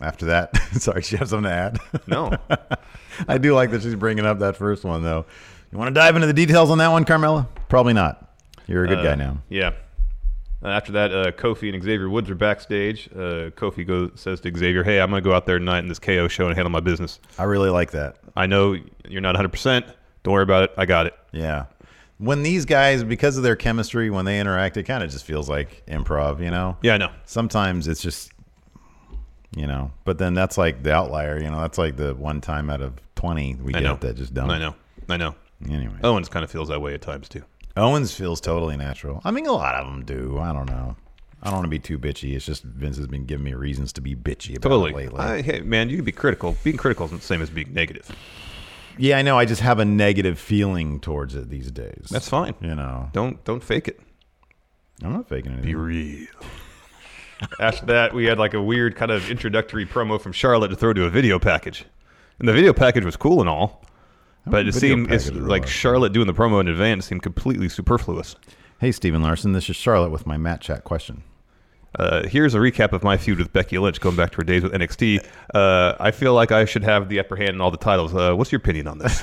S1: After that, sorry, do you have something to add?
S2: No.
S1: I do like that she's bringing up that first one, though. You want to dive into the details on that one, Carmella? Probably not. You're a good guy now.
S2: Yeah. Uh, after that, uh, Kofi and Xavier Woods are backstage. Uh, Kofi goes says to Xavier, "Hey, I'm going to go out there tonight in this KO show and handle my business.
S1: I really like that.
S2: I know you're not 100. percent Don't worry about it. I got it."
S1: Yeah. When these guys, because of their chemistry, when they interact, it kind of just feels like improv, you know?
S2: Yeah, I know.
S1: Sometimes it's just, you know, but then that's like the outlier, you know, that's like the one time out of 20 we
S2: I
S1: get
S2: know
S1: that just don't.
S2: I know. Oh. I know.
S1: Anyway,
S2: Owens kind of feels that way at times too.
S1: Owens feels totally natural. I mean, a lot of them do. I don't know. I don't want to be too bitchy. It's just Vince has been giving me reasons to be bitchy about it
S2: Totally.
S1: lately.
S2: I, hey, man, you can be critical. Being critical isn't the same as being negative.
S1: yeah, I know. I just have a negative feeling towards it these days.
S2: That's fine.
S1: You know,
S2: Don't don't fake it.
S1: I'm not faking anything.
S2: real. After that, we had like a weird kind of introductory promo from Charlotte to throw to a video package, and the video package was cool and all, but it
S1: video
S2: seemed it's
S1: packages are
S2: like
S1: awesome.
S2: Charlotte doing the promo in advance seemed completely superfluous.
S1: Hey, Stephen Larson, this is Charlotte with my Matt Chat question.
S2: Uh, here's a recap of my feud with Becky Lynch going back to her days with NXT. Uh, I feel like I should have the upper hand in all the titles. Uh, what's your opinion on this?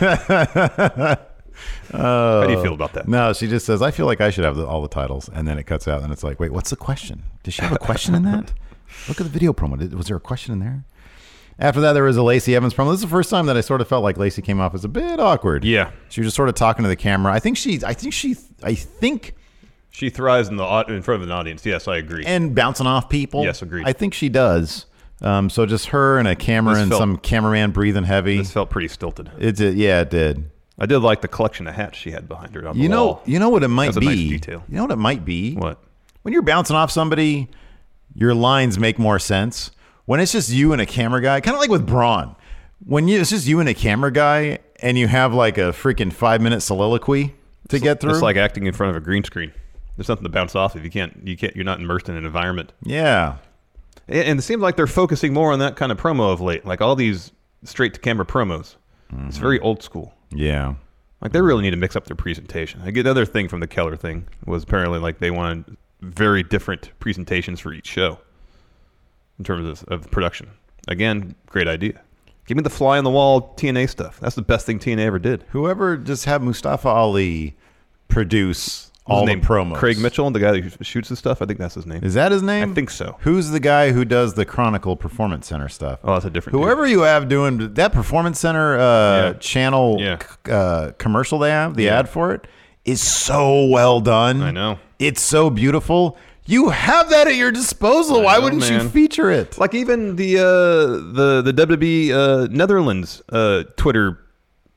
S2: How do you feel about that?
S1: Oh. No, she just says, I feel like I should have the, all the titles. And then it cuts out, and it's like, wait, what's the question? Did she have a question in that? Look at the video promo. Did, was there a question in there? After that, there was a Lacey Evans promo. This is the first time that I sort of felt like Lacey came off as a bit awkward.
S2: Yeah.
S1: She was just sort of talking to the camera. I think she, I think she, I think,
S2: She thrives in the au- in front of an audience. Yes, I agree.
S1: and bouncing off people.
S2: Yes, agreed.
S1: I think she does. Um, so just her and a camera
S2: This
S1: and
S2: felt-
S1: some cameraman breathing heavy.
S2: this felt pretty stilted.
S1: It did, yeah, it did.
S2: I did like the collection of hats she had behind her. On
S1: You
S2: the
S1: know,
S2: wall.
S1: you know what it might
S2: That's a
S1: be.
S2: nice detail.
S1: You know what it might be.
S2: What?
S1: When you're bouncing off somebody, your lines make more sense. When it's just you and a camera guy, kind of like with Braun. When you, it's just you and a camera guy, and you have like a freaking five minute soliloquy to get through.
S2: It's like acting in front of a green screen. There's nothing to bounce off of. You can't. You can't. You're not immersed in an environment.
S1: yeah,
S2: And and it seems like they're focusing more on that kind of
S1: Mm-hmm.
S2: promo of late. Like all these straight to camera promos. It's very old school.
S1: yeah.
S2: Like they really need to mix up their presentation. I get the other thing from the Keller thing was apparently like they wanted very different presentations for each show in terms of, of production. Again, great idea. Give me the fly on the wall TNA stuff. That's the best thing TNA ever did.
S1: Whoever just had Mustafa Ali produce all the
S2: name
S1: promos.
S2: Craig Mitchell, the guy that shoots the stuff. I think that's his name.
S1: Is that his name?
S2: I think so.
S1: Who's the guy who does the Chronicle Performance Center stuff?
S2: Oh, that's a different. dude.
S1: Whoever you have doing that Performance Center uh,
S2: Yeah.
S1: channel
S2: Yeah.
S1: c- uh, commercial they have, the ad for it, is so well done.
S2: I know.
S1: It's so beautiful. You have that at your disposal. Why
S2: know,
S1: wouldn't you
S2: man.
S1: feature it?
S2: Like even the uh, the the WWE uh, Netherlands uh, Twitter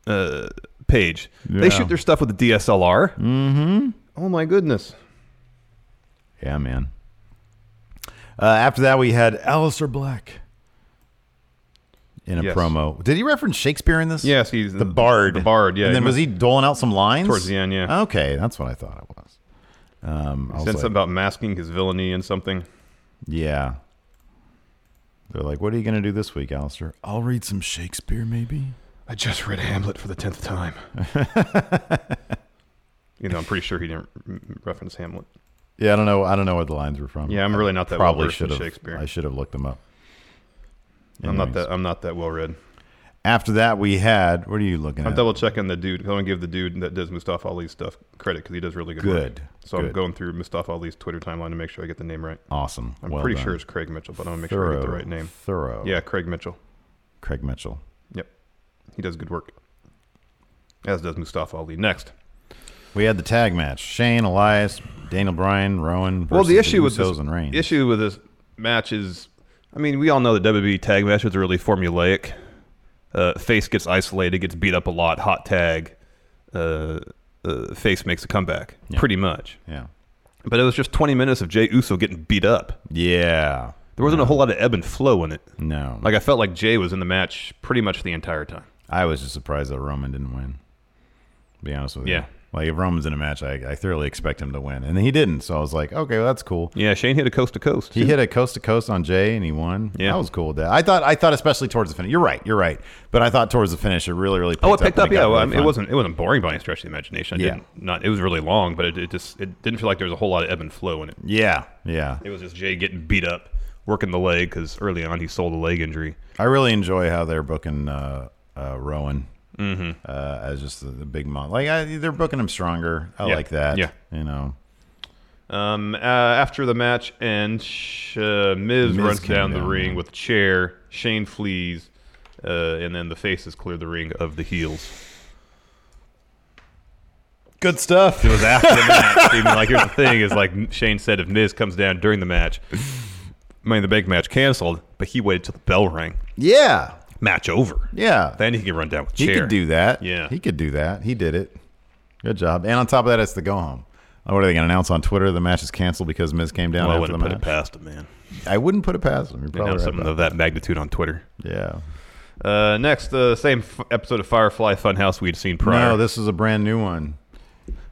S2: uh, page,
S1: Yeah.
S2: they shoot their stuff with the DSLR. Mm-hmm. Oh my goodness!
S1: Yeah, man. Uh, after that, we had Alistair Black in a
S2: Yes.
S1: promo. Did he reference Shakespeare in this?
S2: Yes, he's
S1: the bard.
S2: The bard. Yeah.
S1: And then was he doling out some lines
S2: Towards the end, yeah.
S1: Okay, that's what I thought it was. Um, I was
S2: He said
S1: like,
S2: something about masking his villainy and something.
S1: yeah. They're like, "What are you going to do this week, Alistair?" I'll read some Shakespeare, maybe.
S2: I just read Hamlet for the tenth time. you know, I'm pretty sure he didn't re- reference Hamlet.
S1: Yeah, I don't know. I don't know where the lines were from.
S2: Yeah, I'm
S1: I
S2: really not that
S1: probably
S2: well-versed in
S1: should have.
S2: Shakespeare.
S1: I should have looked them up.
S2: I'm not
S1: Anyways.
S2: that. I'm not that well read.
S1: After that, we had. What are you looking
S2: I'm
S1: at?
S2: double checking the dude. I want to give the dude that does Mustafa Ali's stuff credit because he does really good. work.
S1: Good.
S2: So I'm
S1: Good.
S2: going through Mustafa Ali's Twitter timeline to make sure I get the name right.
S1: Awesome.
S2: I'm
S1: Well
S2: pretty
S1: done.
S2: sure it's Craig Mitchell, but I'm gonna make
S1: thorough,
S2: sure I get the right name.
S1: Thorough.
S2: Yeah, Craig Mitchell.
S1: Craig Mitchell.
S2: Yep, he does good work. As does Mustafa Ali. Next.
S1: We had the tag match: Shane, Elias, Daniel Bryan, Rowan.
S2: Well, the
S1: versus
S2: issue with
S1: Usos
S2: this
S1: and Reigns.
S2: issue with this match is, I mean, we all know the WWE E tag matches are really formulaic. Uh, face gets isolated, gets beat up a lot, hot tag. Uh, uh, face makes a comeback, pretty much.
S1: Yeah.
S2: But it was just 20 minutes of Jay Uso getting beat up.
S1: Yeah.
S2: There wasn't a whole lot of ebb and flow in it.
S1: No.
S2: Like I felt like Jay was in the match pretty much the entire time.
S1: I was just surprised that Roman didn't win. To be honest with you.
S2: Yeah.
S1: Like if Roman's in a match, I, I thoroughly expect him to win, and he didn't. So I was like, okay, well, that's cool.
S2: Yeah, Shane hit a coast to coast.
S1: He hit a coast to coast on Jay, and he won.
S2: Yeah.
S1: that was cool. with That I thought. I thought especially towards the finish. You're right. You're right. But I thought towards the finish, it really, really. Picked
S2: Oh, it picked
S1: and
S2: up. Yeah,
S1: got
S2: well,
S1: really
S2: I mean, it
S1: fun.
S2: wasn't it wasn't boring by any stretch of the imagination. It
S1: Yeah.
S2: didn't, not it was really long, but it, it just it didn't feel like there was a whole lot of ebb and flow in it.
S1: Yeah, yeah.
S2: It was just Jay getting beat up, working the leg because early on he sold a leg injury.
S1: I really enjoy how they're booking uh, uh, Rowan
S2: Mm-hmm.
S1: uh, as just the, the big mom. Like I, they're booking him stronger. I
S2: Yeah.
S1: like that.
S2: Yeah.
S1: you know.
S2: Um, uh, after the match, and sh- uh, Miz,
S1: Miz
S2: runs
S1: came
S2: down, the
S1: down,
S2: ring
S1: yeah.
S2: with a chair. Shane flees, uh, and then the faces clear the ring of the heels.
S1: Good stuff.
S2: It was after the match. Even like here's the thing is like Shane said, if Miz comes down during the match, Money in the Bank match canceled, but he waited till the bell rang.
S1: Yeah,
S2: Match over.
S1: yeah.
S2: Then he can run down with
S1: he
S2: chair.
S1: could do that.
S2: Yeah.
S1: he could do that. He did it. Good job. And on top of that, it's the go home. Oh, what are they going to announce on Twitter? The match is canceled because Miz came down
S2: Well, I
S1: after the
S2: wouldn't put
S1: match.
S2: it past him, man.
S1: I wouldn't put it past him. You're
S2: You
S1: probably
S2: know,
S1: right
S2: something
S1: about
S2: of that magnitude on Twitter.
S1: that. Yeah.
S2: Uh, next, uh, same f- episode of Firefly Funhouse we'd seen prior.
S1: No, this is a brand new one.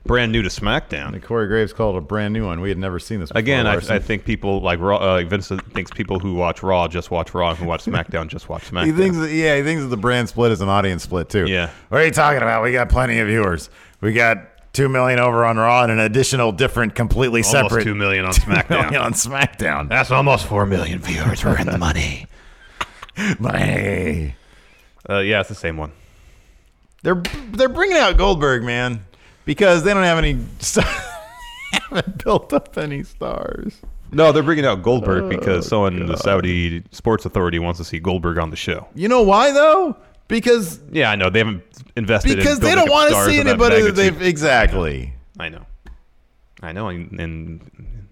S2: brand new to SmackDown.
S1: And Corey Graves called it a brand new one. We had never seen this. Before,
S2: Again, I,
S1: Larson.
S2: I think people like Raw, uh, Vincent thinks people who watch Raw just watch Raw, and who watch SmackDown just watch SmackDown.
S1: He thinks, that, yeah, he thinks that the brand split is an audience split too.
S2: Yeah.
S1: What are you talking about? We got plenty of viewers. We got two million over on Raw and an additional, different, completely
S2: almost
S1: separate
S2: two million on
S1: million
S2: SmackDown.
S1: on SmackDown.
S2: That's almost four million viewers. We're in the money.
S1: But hey,
S2: Uh, yeah, it's the same one.
S1: they're they're bringing out Goldberg, man, because they don't have any. st- haven't built up any stars.
S2: No, they're bringing out Goldberg because someone in the Saudi Sports Authority wants to see Goldberg on the show.
S1: You know why though? Because
S2: Yeah, I know they haven't invested
S1: because
S2: in
S1: they
S2: building
S1: don't
S2: up
S1: want to
S2: stars
S1: see
S2: of that
S1: anybody that
S2: magnitude.
S1: they've exactly.
S2: I know, I know, and, and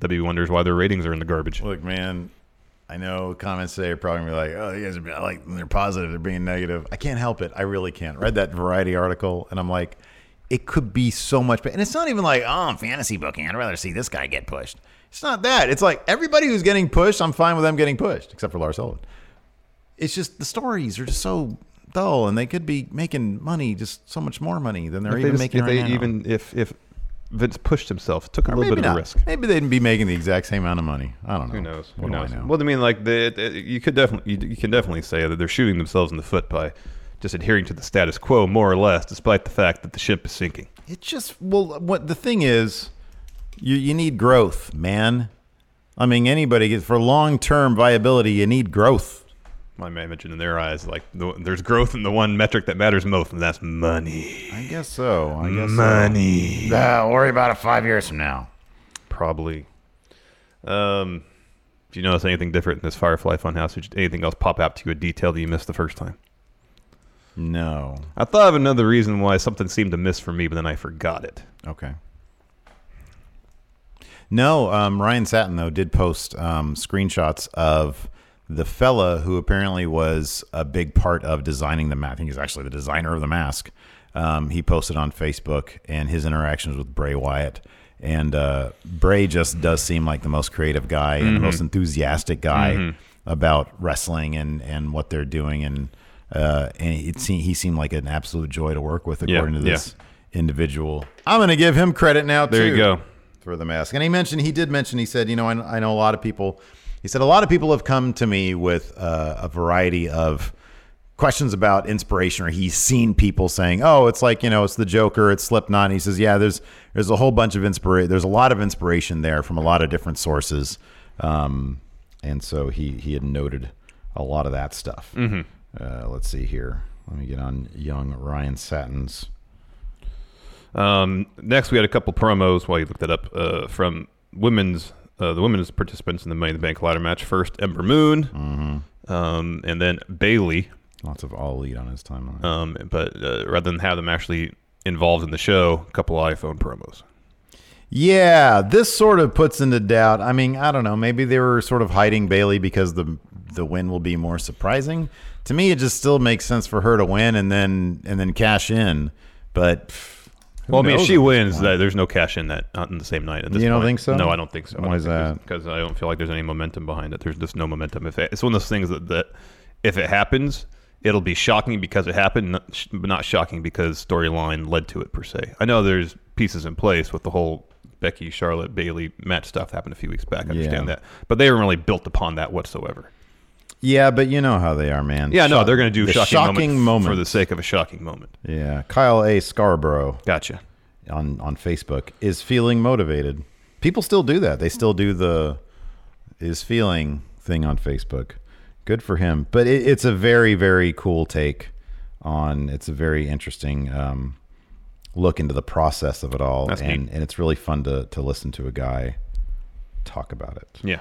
S2: W wonders why their ratings are in the garbage.
S1: Look, man, I know comments today are probably gonna be like, "Oh, you guys are being, I like when they're positive, they're being negative." I can't help it. I really can't. Read that Variety article, and I'm like, it could be so much. But and it's not even like, "Oh, I'm fantasy booking. I'd rather see this guy get pushed." It's not that. It's like everybody who's getting pushed, I'm fine with them getting pushed, except for Lars Sullivan. It's just the stories are just so dull, and they could be making money, just so much more money than they're
S2: If they
S1: even
S2: just-
S1: making
S2: if
S1: right
S2: they
S1: now.
S2: even if if Vince pushed himself, took a
S1: Or
S2: little
S1: maybe
S2: bit of
S1: not.
S2: a risk.
S1: Maybe they'd be making the exact same amount of money. Oh, I don't know.
S2: Who knows?
S1: What
S2: Who
S1: do
S2: knows?
S1: I know?
S2: Well, I mean, like the, the- you could definitely you, you can definitely say that they're shooting themselves in the foot by just adhering to the status quo more or less, despite the fact that the ship is sinking.
S1: It just well, what the thing is, you you need growth, man. I mean, anybody gets for long term viability, you need growth.
S2: My imagine in their eyes, like the, there's growth in the one metric that matters most, and that's money.
S1: I guess so. I guess so.
S2: money.
S3: Uh, worry about it five years from now.
S2: Probably. Um, do you notice anything different in this Firefly Funhouse? Did anything else pop out to you? A detail that you missed the first time?
S1: No.
S2: I thought of another reason why something seemed to miss for me, but then I forgot it.
S1: Okay. No, um, Ryan Satin though did post um, screenshots of the fella who apparently was a big part of designing the mask. I think he's actually the designer of the mask. Um, he posted on Facebook and his interactions with Bray Wyatt. And uh, Bray just does seem like the most creative guy and the
S2: Mhm.
S1: most enthusiastic guy
S2: Mm-hmm.
S1: about wrestling and, and what they're doing. And uh, and it se- he seemed like an absolute joy to work with,
S2: Yeah,
S1: according to
S2: yeah.
S1: this individual. I'm going to give him credit now.
S2: There you
S1: too,
S2: go.
S1: for the mask. And he mentioned he did mention he said, you know, I, I know a lot of people. He said a lot of people have come to me with uh, a variety of questions about inspiration, or he's seen people saying, "Oh, it's like you know, it's the Joker, it's Slipknot." And he says, "Yeah, there's there's a whole bunch of inspiration. There's a lot of inspiration there from a lot of different sources." Um, and so he he had noted a lot of that stuff.
S2: Mhm.
S1: Uh, let's see here. Let me get on young Ryan Satin's.
S2: Um, next, we had a couple promos while you looked that up uh, from women's uh, the women's participants in the Money in the Bank ladder match. First, Ember Moon, um, and then Bailey.
S1: Lots of all lead on his timeline.
S2: Um, but uh, rather than have them actually involved in the show, a couple iPhone promos.
S1: Yeah, this sort of puts into doubt. I mean, I don't know. Maybe they were sort of hiding Bailey because the the win will be more surprising. To me, it just still makes sense for her to win and then and then cash in. But pff, who
S2: Well, I mean, if
S1: knows
S2: she
S1: at this
S2: wins,
S1: point?
S2: that, there's no cash in that on the same night. At this
S1: You don't
S2: point.
S1: think so?
S2: No, I don't think so.
S1: Why is that?
S2: Because I don't feel like there's any momentum behind it. There's just no momentum. If it, it's one of those things that, that if it happens, it'll be shocking because it happened, not, sh- but not shocking because storyline led to it per se. I know there's pieces in place with the whole Becky Charlotte Bailey match stuff happened a few weeks back. I understand
S1: Yeah.
S2: that, but they haven't really built upon that whatsoever.
S1: yeah, but you know how they are, man.
S2: Yeah, no,
S1: Shock-
S2: they're going to do
S1: the
S2: shocking,
S1: shocking
S2: moment,
S1: moment.
S2: for the sake of a shocking moment.
S1: Yeah, Kyle A. Scarborough
S2: Gotcha.
S1: on on Facebook is feeling motivated. People still do that. They still do the is feeling thing on Facebook. Good for him. But it, it's a very very cool take on. It's a very interesting um, look into the process of it all,
S2: That's
S1: and
S2: neat.
S1: and it's really fun to to listen to a guy talk about it.
S2: Yeah,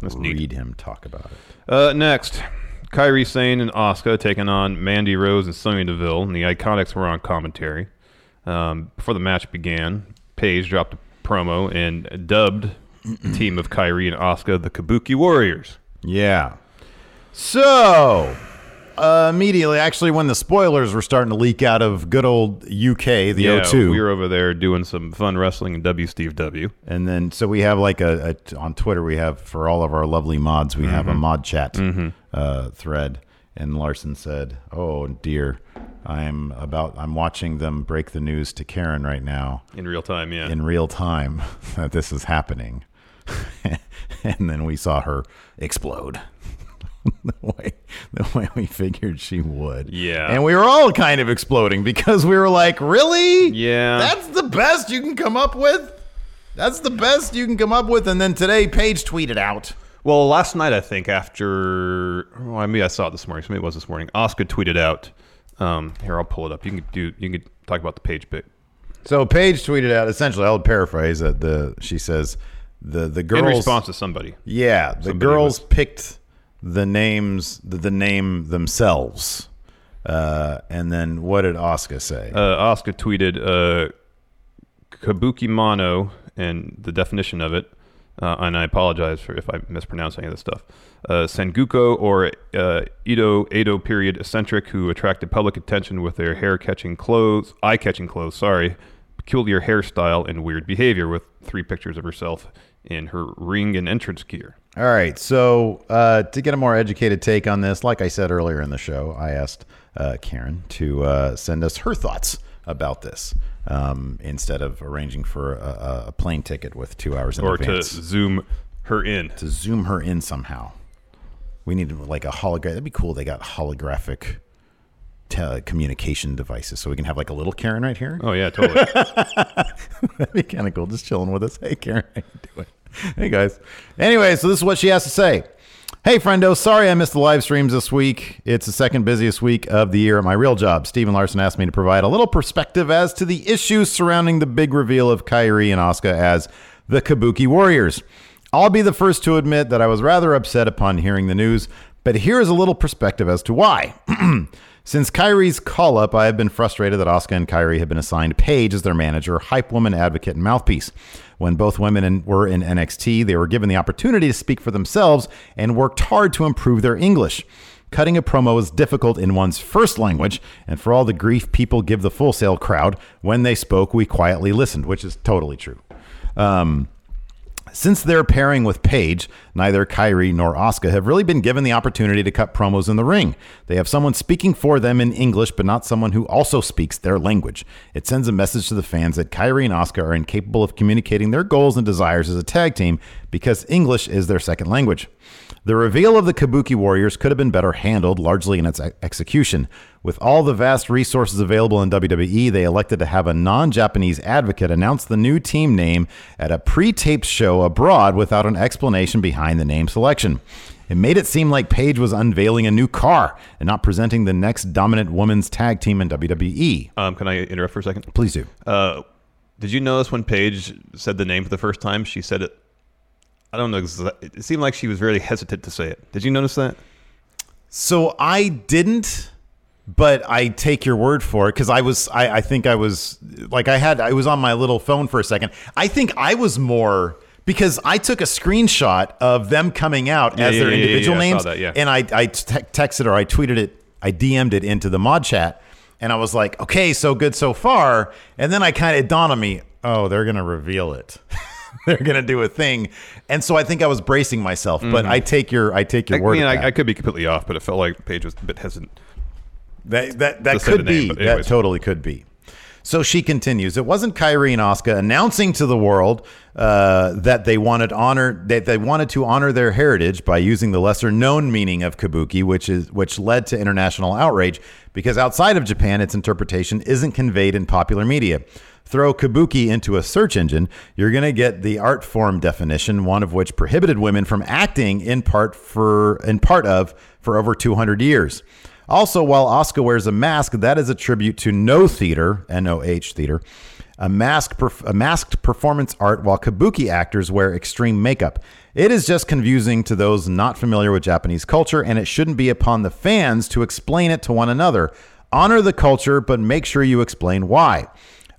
S2: that's neat.
S1: Read him talk about it.
S2: Uh, next, Kyrie Sane and Asuka taking on Mandy Rose and Sonya Deville, and the Iconics were on commentary. Um, before the match began, Paige dropped a promo and dubbed the team of Kyrie and Asuka the Kabuki Warriors.
S1: Yeah. So uh, immediately, actually, when the spoilers were starting to leak out of good old UK, the
S2: yeah,
S1: O2,
S2: we were over there doing some fun wrestling in W Steve W.
S1: And then, so we have like a, a on Twitter, we have for all of our lovely mods, we have a mod chat uh, thread. And Larson said, "Oh dear, I'm about I'm watching them break the news to Karen right now
S2: In real time, yeah.
S1: in real time that this is happening." and then we saw her explode. the way the way we figured she would.
S2: Yeah.
S1: And we were all kind of exploding because we were like, "Really?
S2: yeah.
S1: That's the best you can come up with. That's the best you can come up with. And then today, Paige tweeted out.
S2: Well, last night I think after well, I mean I saw it this morning. So maybe it was this morning. Oscar tweeted out. Um, here I'll pull it up. You can do. You can talk about the page bit.
S1: So Paige tweeted out. Essentially, I'll paraphrase it. The she says the the girls
S2: In response to somebody.
S1: Yeah, the
S2: Somebody
S1: girls
S2: was-
S1: picked the names the, the name themselves. Uh, and then what did Oscar say?
S2: Uh, Oscar tweeted uh, Kabuki Mono and the definition of it. Uh, and I apologize for if I mispronounce any of this stuff. Uh, Sengoku or uh, Edo Edo period eccentric who attracted public attention with their hair catching clothes, eye catching clothes. Sorry, peculiar hairstyle and weird behavior with three pictures of herself in her ring and entrance gear.
S1: All right. So, uh, to get a more educated take on this, like I said earlier in the show, I asked uh, Karen to uh, send us her thoughts about this um, instead of arranging for a- a, a plane ticket with two hours in
S2: Or to
S1: advance.
S2: zoom her in.
S1: to zoom her in somehow. We need like a hologram. That'd be cool. They got holographic telecommunication devices. So we can have like a little Karen right here.
S2: Oh yeah, totally.
S1: That'd be kind of cool. Just chilling with us. Hey Karen, how you doing? Hey guys. Anyway, so this is what she has to say. Hey friendo, sorry I missed the live streams this week. It's the second busiest week of the year at my real job. Steven Larson asked me to provide a little perspective as to the issues surrounding the big reveal of Kyrie and Asuka as the Kabuki Warriors. I'll be the first to admit that I was rather upset upon hearing the news, but here is a little perspective as to why. Since Kyrie's call up, I have been frustrated that Asuka and Kyrie have been assigned Paige as their manager, hype woman, advocate, and mouthpiece. When both women in- were in NXT, they were given the opportunity to speak for themselves and worked hard to improve their English. Cutting a promo is difficult in one's first language, and for all the grief people give the full sale crowd, when they spoke, we quietly listened, which is totally true. Um, since their pairing with Paige, neither Kyrie nor Asuka have really been given the opportunity to cut promos in the ring. They have someone speaking for them in English, but not someone who also speaks their language. It sends a message to the fans that Kyrie and Asuka are incapable of communicating their goals and desires as a tag team because English is their second language. The reveal of the Kabuki Warriors could have been better handled, largely in its e- execution. With all the vast resources available in WWE, they elected to have a non Japanese advocate announce the new team name at a pre taped show abroad without an explanation behind the name selection. It made it seem like Paige was unveiling a new car and not presenting the next dominant women's tag team in WWE.
S2: Um, can I interrupt for a second?
S1: Please do.
S2: Uh, did you notice when Paige said the name for the first time? She said it. I don't know. exa- It seemed like she was very hesitant to say it. Did you notice that?
S1: So I didn't, but I take your word for it because I was, I, I think I was, like I had, I was on my little phone for a second. I think I was more because I took a screenshot of them coming out
S2: Yeah,
S1: as
S2: yeah,
S1: their
S2: yeah, yeah,
S1: individual
S2: yeah, I saw
S1: names,
S2: that, yeah.
S1: and I, I te- texted or I tweeted it, I DM'd it into the mod chat, and I was like, okay, so good so far, and then I kind of it dawned on me, oh, they're gonna reveal it. They're gonna do a thing, and so I think I was bracing myself. But
S2: Mhm.
S1: I take your I take your
S2: I
S1: word.
S2: mean,
S1: at that.
S2: I, I could be completely off, but it felt like Paige was a bit hesitant.
S1: That that that
S2: to say
S1: could
S2: the name,
S1: be.
S2: but
S1: that
S2: anyways.
S1: totally could be. So she continues. It wasn't Kyrie and Asuka announcing to the world uh, that they wanted honor that they wanted to honor their heritage by using the lesser known meaning of kabuki, which is which led to international outrage because outside of Japan, its interpretation isn't conveyed in popular media. Throw kabuki into a search engine, you're going to get the art form definition, one of which prohibited women from acting in part for in part of for over 200 years. Also, while Oscar wears a mask, that is a tribute to No Theater, N O H Theater, a, mask perf- a masked performance art while kabuki actors wear extreme makeup. It is just confusing to those not familiar with Japanese culture, and it shouldn't be upon the fans to explain it to one another. Honor the culture, but make sure you explain why.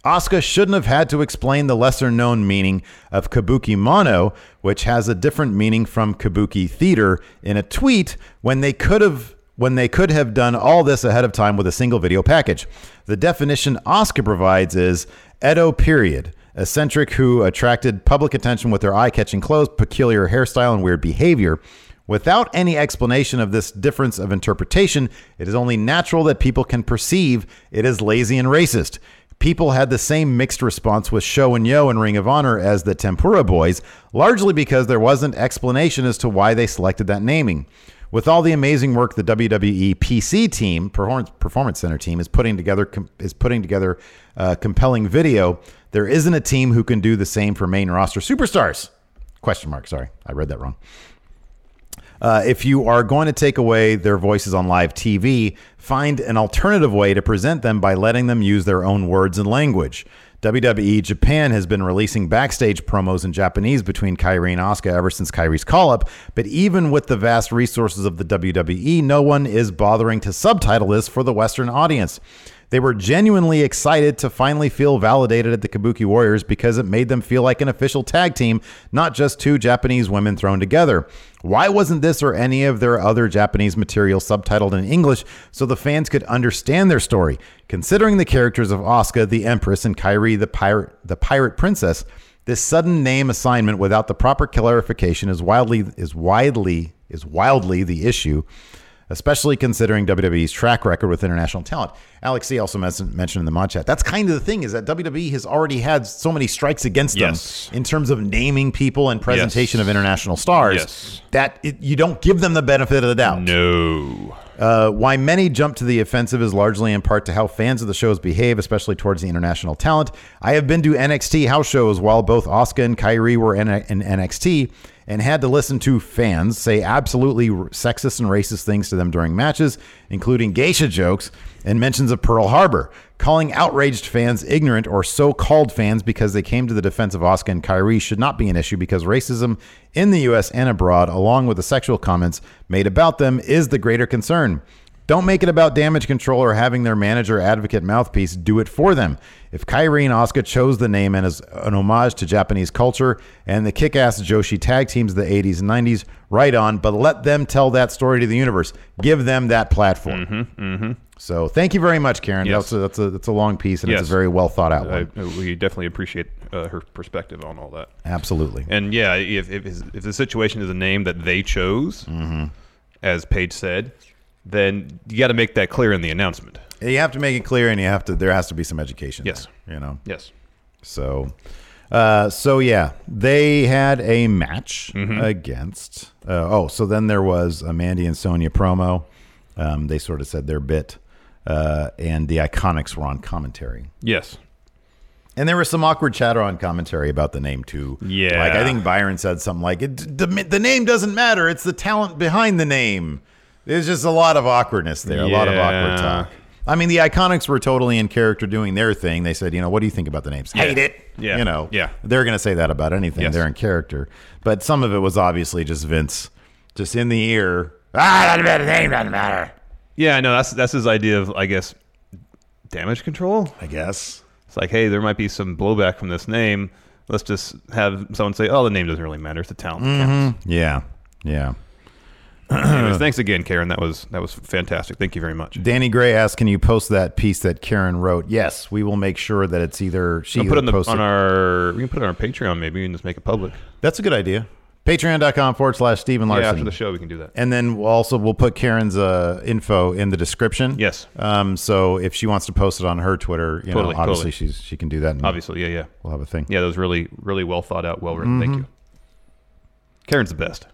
S1: Asuka shouldn't have had to explain the lesser known meaning of kabuki mono, which has a different meaning from kabuki theater, in a tweet when they could have when they could have done all this ahead of time with a single video package. The definition Asuka provides is Edo period, eccentric who attracted public attention with their eye-catching clothes, peculiar hairstyle, and weird behavior. Without any explanation of this difference of interpretation, it is only natural that people can perceive it as lazy and racist. People had the same mixed response with Show and Yo and Ring of Honor as the Tempura Boys, largely because there wasn't explanation as to why they selected that naming. With all the amazing work the WWE PC team, Performance Performance Center team, is putting together, com- is putting together uh, compelling video, there isn't a team who can do the same for main roster superstars. Question mark. Sorry, I read that wrong. Uh, if you are going to take away their voices on live TV, find an alternative way to present them by letting them use their own words and language. WWE Japan has been releasing backstage promos in Japanese between Kyrie and Asuka ever since Kyrie's call up, but even with the vast resources of the WWE, no one is bothering to subtitle this for the Western audience. They were genuinely excited to finally feel validated at the Kabuki Warriors because it made them feel like an official tag team, not just two Japanese women thrown together. Why wasn't this or any of their other Japanese material subtitled in English so the fans could understand their story? Considering the characters of Asuka, the Empress, and Kairi, the pirate, the pirate princess, this sudden name assignment without the proper clarification is wildly is widely is wildly the issue especially considering WWE's track record with international talent. Alex C also mes- mentioned in the mod chat. That's kind of the thing is that WWE has already had so many strikes against
S2: Yes.
S1: them in terms of naming people and presentation
S2: Yes.
S1: of international stars
S2: Yes.
S1: that it, you don't give them the benefit of the doubt.
S2: No.
S1: Uh, why many jump to the offensive is largely in part to how fans of the shows behave, especially towards the international talent. I have been to NXT house shows while both Asuka and Kyrie were in, in NXT and had to listen to fans say absolutely sexist and racist things to them during matches, including geisha jokes and mentions of Pearl Harbor, calling outraged fans ignorant or so-called fans because they came to the defense of Asuka and Kyrie should not be an issue because racism in the US and abroad, along with the sexual comments made about them, is the greater concern. Don't make it about damage control or having their manager advocate mouthpiece do it for them. If Kyrie and Asuka chose the name and as an homage to Japanese culture and the kick ass Joshi tag teams of the 80s and 90s, right on, but let them tell that story to the universe. Give them that platform. So thank you very much, Karen.
S2: Yes.
S1: That's, a, that's, a, that's a long piece and it's
S2: Yes.
S1: a very well thought out
S2: I,
S1: one.
S2: we definitely appreciate uh, her perspective on all that.
S1: Absolutely.
S2: And yeah, if if, his- if the situation is a name that they chose, as Paige said, then you got to make that clear in the announcement.
S1: You have to make it clear and you have to, there has to be some education.
S2: Yes.
S1: there, you know?
S2: Yes.
S1: So, uh, so yeah, they had a match
S2: Mm-hmm.
S1: against. Uh, oh, so then there was a Mandy and Sonia promo. Um, they sort of said their bit, uh, and the Iconics were on commentary.
S2: Yes.
S1: And there was some awkward chatter on commentary about the name too.
S2: Yeah.
S1: like I think Byron said something like, it, the, "The name doesn't matter; it's the talent behind the name." There's just a lot of awkwardness there, a lot of awkward
S2: Yeah.
S1: talk. I mean, the Iconics were totally in character doing their thing. They said, "You know, what do you think about the names? Hate it."
S2: Yeah.
S1: You know.
S2: Yeah.
S1: They're going to say that about anything.
S2: Yes.
S1: They're in character, but some of it was obviously just Vince, just in the ear. Ah, doesn't matter. Name doesn't matter.
S2: Yeah, I know. That's that's his idea of, I guess, damage control.
S1: I guess
S2: it's like, hey, there might be some blowback from this name. Let's just have someone say, "Oh, the name doesn't really matter. It's the talent."
S1: Mm-hmm.
S2: that counts."
S1: Yeah. Yeah.
S2: Anyways, thanks again, Karen. That was that was fantastic. Thank you very much.
S1: Danny Gray asked, "Can you post that piece that Karen wrote?" Yes, we will make sure that it's either she
S2: I'll put it on, the,
S1: posts
S2: on
S1: it-
S2: our we can put it on our Patreon maybe and just make it public.
S1: That's a good idea. Patreon.com forward slash Stephen Larson.
S2: Yeah, after the show we can do that.
S1: And then we'll also we'll put Karen's uh, info in the description.
S2: Yes.
S1: Um, so if she wants to post it on her Twitter, you
S2: Totally,
S1: know, obviously
S2: totally.
S1: she's she can do that. and
S2: Obviously, yeah, yeah.
S1: we'll have a thing.
S2: Yeah, that was really really well thought out, well written.
S1: Mm-hmm.
S2: Thank you. Karen's the best.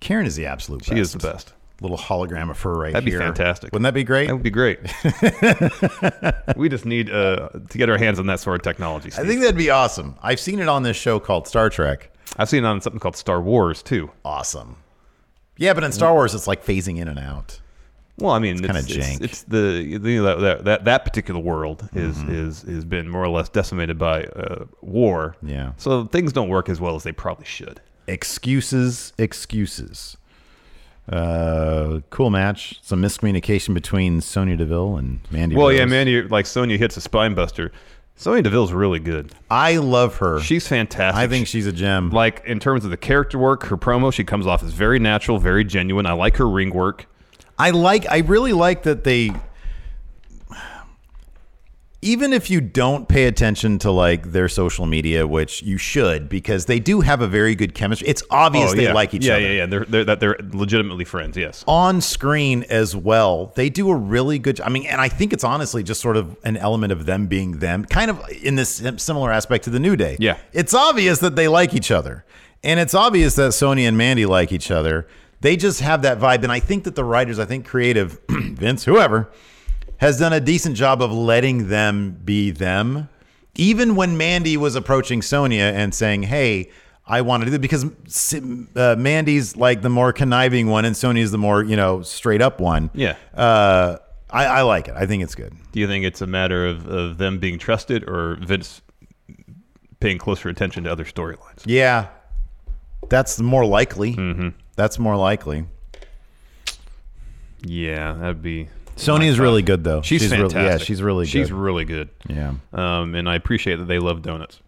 S1: Karen is the absolute. best.
S2: She is the best.
S1: Little hologram of her right
S2: That'd be
S1: here.
S2: fantastic.
S1: Wouldn't that be great?
S2: That would be great. we just need uh, to get our hands on that sort of technology.
S1: I
S2: Steve.
S1: think that'd be awesome. I've seen it on this show called Star Trek.
S2: I've seen it on something called Star Wars too.
S1: Awesome. Yeah,
S2: Mm-hmm.
S1: but in Star Wars, it's like phasing in and out.
S2: Well, I mean, it's
S1: kinda
S2: It's,
S1: jank.
S2: it's the you know, that, that that that particular world is
S1: Mm-hmm.
S2: is has been more or less decimated by uh, war.
S1: Yeah.
S2: So things don't work as well as they probably should.
S1: excuses, excuses. Uh, cool match. Some miscommunication between Sonya Deville and Mandy.
S2: well,
S1: Rose.
S2: yeah, man, you like Sonya hits a spine buster. Sonya Deville's really good.
S1: I love her.
S2: She's fantastic.
S1: I think she's a gem.
S2: like in terms of the character work, her promo, she comes off as very natural, very genuine. I like her ring work.
S1: I like. I really like that they. Even if you don't pay attention to like their social media, which you should, because they do have a very good chemistry. It's obvious they
S2: Oh, yeah.
S1: like each
S2: yeah,
S1: other.
S2: Yeah, yeah, They're, they're that they're legitimately friends. Yes.
S1: on screen as well. They do a really good. I mean, and I think it's honestly just sort of an element of them being them, kind of in this similar aspect to the New Day.
S2: Yeah.
S1: it's obvious that they like each other, and it's obvious that Sony and Mandy like each other. They just have that vibe, and I think that the writers, I think creative Vince, whoever, has done a decent job of letting them be them. Even when Mandy was approaching Sonia and saying, "Hey, I want to do that," because uh, Mandy's like the more conniving one, and Sonia's the more you know straight up one.
S2: Yeah.
S1: uh, I, I like it. I think it's good.
S2: Do you think it's a matter of, of them being trusted or Vince paying closer attention to other storylines?
S1: Yeah, that's more likely.
S2: Mm-hmm.
S1: That's more likely.
S2: Yeah, that'd be.
S1: Sonia's really good though.
S2: She's,
S1: really-
S2: fantastic.
S1: yeah, she's really good.
S2: She's really good.
S1: yeah,
S2: Um, and I appreciate that they love donuts.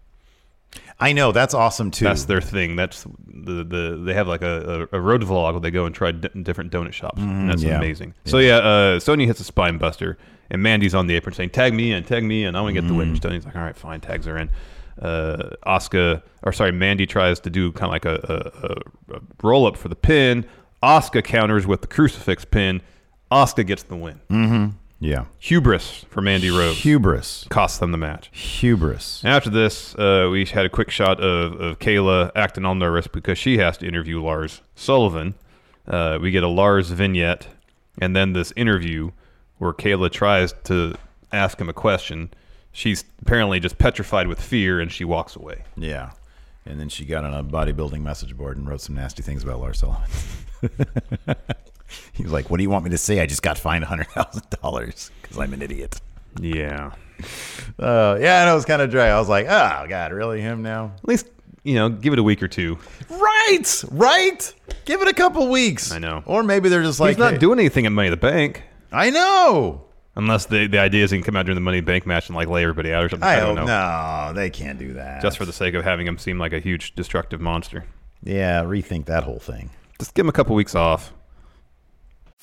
S1: I know. That's awesome too.
S2: That's their thing. That's the, the they have like a, a a road vlog where they go and try d- different donut shops. And that's
S1: yeah.
S2: amazing. So yeah, uh, Sonya hits a spine buster, and Mandy's on the apron saying, "Tag me in, tag me in. I want to get the win." Sonya's like, "All right, fine. Tags are in." Uh, Oscar, or sorry, Mandy tries to do kind of like a, a, a, a roll up for the pin. Oscar counters with the crucifix pin. Oscar gets the win.
S1: yeah.
S2: Hubris for Mandy Rose
S1: Hubris.
S2: costs them the match.
S1: Hubris.
S2: And after this, uh, we had a quick shot of, of Kayla acting all nervous because she has to interview Lars Sullivan. Uh, we get a Lars vignette and then this interview where Kayla tries to ask him a question. She's apparently just petrified with fear, and she walks away.
S1: Yeah. And then she got on a bodybuilding message board and wrote some nasty things about Lars Sullivan. he was like, What do you want me to say? I just got fined $100,000 because I'm an idiot.
S2: Yeah.
S1: Uh, yeah, and it was kind of dry. I was like, Oh, God, really? Him now?
S2: At least you know, give it a week or two.
S1: Right, right. Give it a couple weeks.
S2: I know.
S1: Or maybe they're just like,
S2: He's not
S1: hey-
S2: doing anything in Money in the Bank.
S1: I know.
S2: Unless the the idea is he can come out during the Money in the Bank match and like lay everybody out or something.
S1: I,
S2: don't
S1: hope
S2: know.
S1: no, they can't do that.
S2: Just for the sake of having him seem like a huge destructive monster.
S1: yeah, rethink that whole thing.
S2: Just give him a couple weeks off.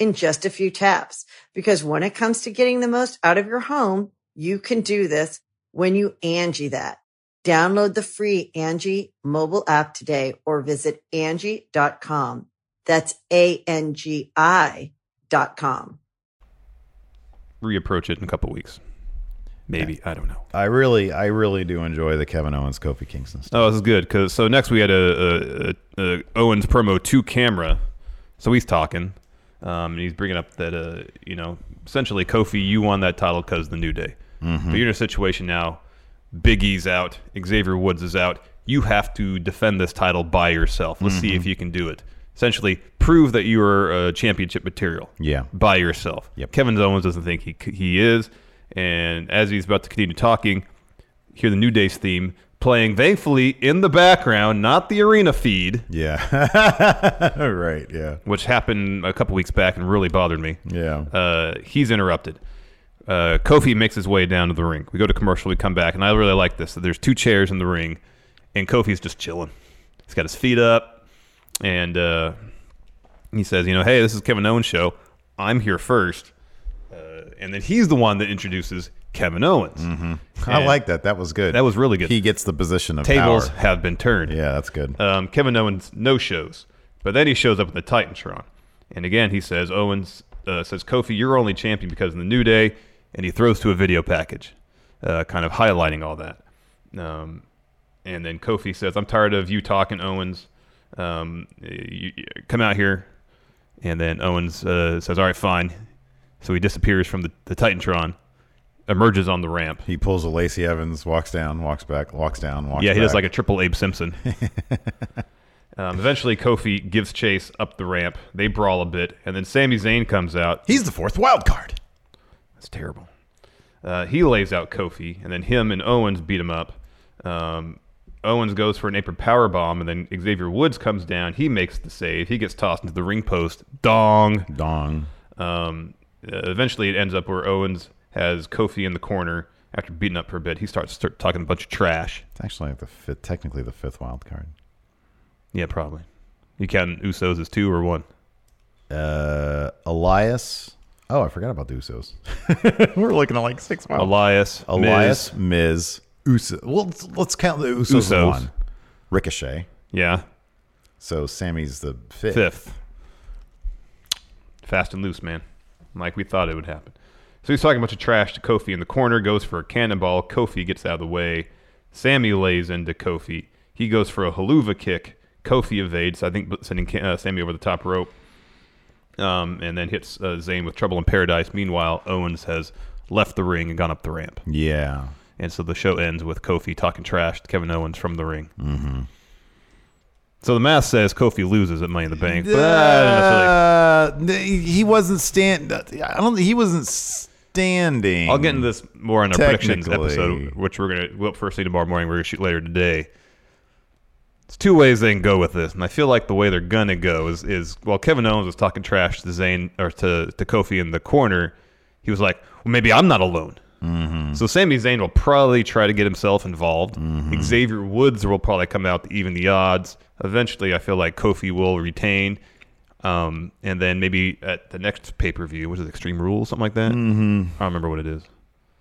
S4: in just a few taps. Because when it comes to getting the most out of your home, you can do this when you Angie that. Download the free Angie mobile app today or visit Angie.com. That's A-N-G-I dot com.
S2: Reapproach it in a couple weeks. Maybe. I don't know.
S1: I really, I really do enjoy the Kevin Owens, Kofi Kingston stuff.
S2: Oh, this is good because so next we had a, a, a, a Owens promo to camera, so he's talking, um, and he's bringing up that uh, you know essentially Kofi, you won that title because the New Day,
S1: Mhm.
S2: but you're in a situation now, Big E's out, Xavier Woods is out, you have to defend this title by yourself. Let's see
S1: Mhm.
S2: if you can do it. Essentially, prove that you are uh, championship material
S1: Yeah.
S2: by yourself. Kevin Owens doesn't think he he is, and as he's about to continue talking, hear the New Day's theme playing, thankfully in the background, not the arena feed.
S1: Yeah, right. Yeah,
S2: which happened a couple weeks back and really bothered me.
S1: Yeah,
S2: uh, he's interrupted. Uh, Kofi makes his way down to the ring. We go to commercial. We come back, and I really like this. There's two chairs in the ring, and Kofi's just chilling. He's got his feet up, and uh, he says, "You know, hey, this is Kevin Owens' show. I'm here first. Uh, and then he's the one that introduces Kevin Owens. Mm-hmm.
S1: I like that. That was good.
S2: That was really good.
S1: He gets the position of
S2: Tables
S1: power.
S2: have been turned.
S1: Yeah, that's good.
S2: Um, Kevin Owens no shows, but then he shows up in the Titantron, and again he says Owens uh, says Kofi, you're only champion because of the New Day, and he throws to a video package, uh, kind of highlighting all that. Um, and then Kofi says, "I'm tired of you talking, Owens. Um, you, you- come out here." And then Owens uh, says, "All right, fine." So he disappears from the, the Titantron, emerges on the ramp.
S1: He pulls a Lacey Evans, walks down, walks back, walks down, walks.
S2: yeah, he does
S1: back.
S2: like a triple Abe Simpson. um, eventually, Kofi gives chase up the ramp. They brawl a bit, and then Sami Zayn comes out.
S1: He's the fourth wild card.
S2: That's terrible. Uh, he lays out Kofi, and then him and Owens beat him up. Um, Owens goes for an apron power bomb, and then Xavier Woods comes down. He makes the save. He gets tossed into the ring post. Dong.
S1: Dong.
S2: Um, uh, eventually, it ends up where Owens has Kofi in the corner after beating up for a bit. He starts start talking a bunch of trash.
S1: It's actually like the fifth, technically the fifth wild card.
S2: Yeah, probably. You counting Usos as two or one?
S1: Uh, Elias. Oh, I forgot about the Usos. We're looking at like six wild.
S2: Elias,
S1: Elias, Miz, Usos. Well, let's, let's count the Usos. as
S2: Usos.
S1: One. Ricochet.
S2: Yeah.
S1: So Sammy's the fifth.
S2: Fifth. Fast and loose, man. Like we thought it would happen. So he's talking a bunch of trash to Kofi in the corner, goes for a cannonball. Kofi gets out of the way. Sammy lays into Kofi. He goes for a haluva kick. Kofi evades, I think, sending Ca- uh, Sammy over the top rope. Um, and then hits uh, Zayn with Trouble in Paradise. Meanwhile, Owens has left the ring and gone up the ramp.
S1: Yeah.
S2: And so the show ends with Kofi talking trash to Kevin Owens from the ring.
S1: Mm-hmm.
S2: So the math says Kofi loses at Money in the Bank, but I don't necessarily
S1: Uh, he he wasn't stand. I don't. He wasn't standing.
S2: I'll get into this more in our predictions
S1: Technically.
S2: episode, which we're gonna well, first thing tomorrow morning. We're gonna shoot later today. It's two ways they can go with this, and I feel like the way they're gonna go is is while Kevin Owens was talking trash to Zayn or to to Kofi in the corner, he was like, "Well, maybe I'm not alone." So Sami Zayn will probably try to get himself involved. Xavier Woods will probably come out to even the odds. Eventually, I feel like Kofi will retain. Um, and then maybe at the next pay per view, which is Extreme Rules, something like that.
S1: Mhm.
S2: I don't remember what it is.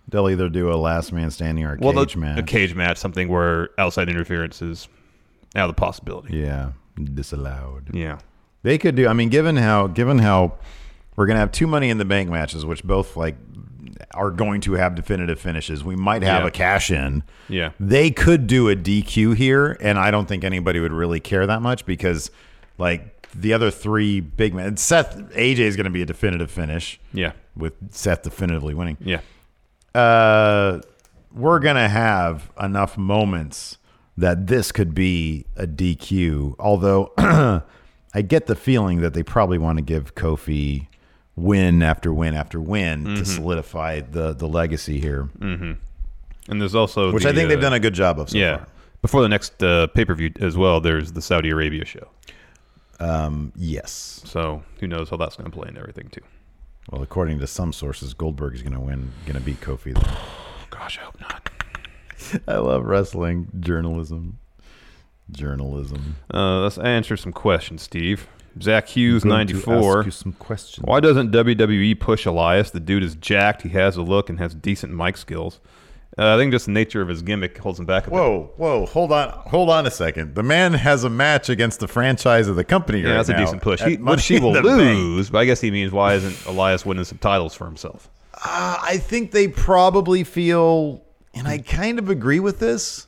S1: They'll either do a last man standing or a
S2: Well, the-
S1: cage match.
S2: A cage match, something where outside interference is now the possibility.
S1: Yeah, disallowed.
S2: Yeah,
S1: they could do. I mean, given how given how we're gonna have two Money in the Bank matches, which both like are going to have definitive finishes. We might have
S2: Yeah.
S1: a cash in.
S2: Yeah.
S1: they could do a DQ here, and I don't think anybody would really care that much because like the other three big men, Seth AJ is going to be a definitive finish.
S2: Yeah.
S1: with Seth definitively winning.
S2: Yeah.
S1: Uh, we're gonna have enough moments that this could be a DQ. Although I get the feeling that they probably want to give Kofi win after win after win to
S2: Mhm.
S1: solidify the the legacy here.
S2: Mm-hmm. And there's also
S1: Which
S2: the,
S1: I think they've
S2: uh,
S1: done a good job of so
S2: yeah.
S1: far.
S2: Before the next uh, pay per view as well, there's the Saudi Arabia show.
S1: Um, yes.
S2: So who knows how that's going to play and everything too.
S1: Well, according to some sources, Goldberg is going to win, going to beat Kofi. Then.
S2: Gosh, I hope not.
S1: I love wrestling journalism. Journalism.
S2: Uh, let's answer some questions, Steve. Zach Hughes,
S1: I'm going to
S2: ninety four.
S1: ask you some questions.
S2: Why doesn't WWE push Elias? The dude is jacked. He has a look and has decent mic skills. Uh, I think just the nature of his gimmick holds him back. A bit.
S1: Whoa, whoa, hold on, hold on a second. The man has a match against the franchise of the company.
S2: Yeah,
S1: right
S2: that's a
S1: now
S2: decent push.
S1: at
S2: He,
S1: Money
S2: but she
S1: in
S2: will
S1: the Bank.
S2: lose. But I guess he means why isn't Elias winning some titles for himself?
S1: Uh, I think they probably feel, and I kind of agree with this,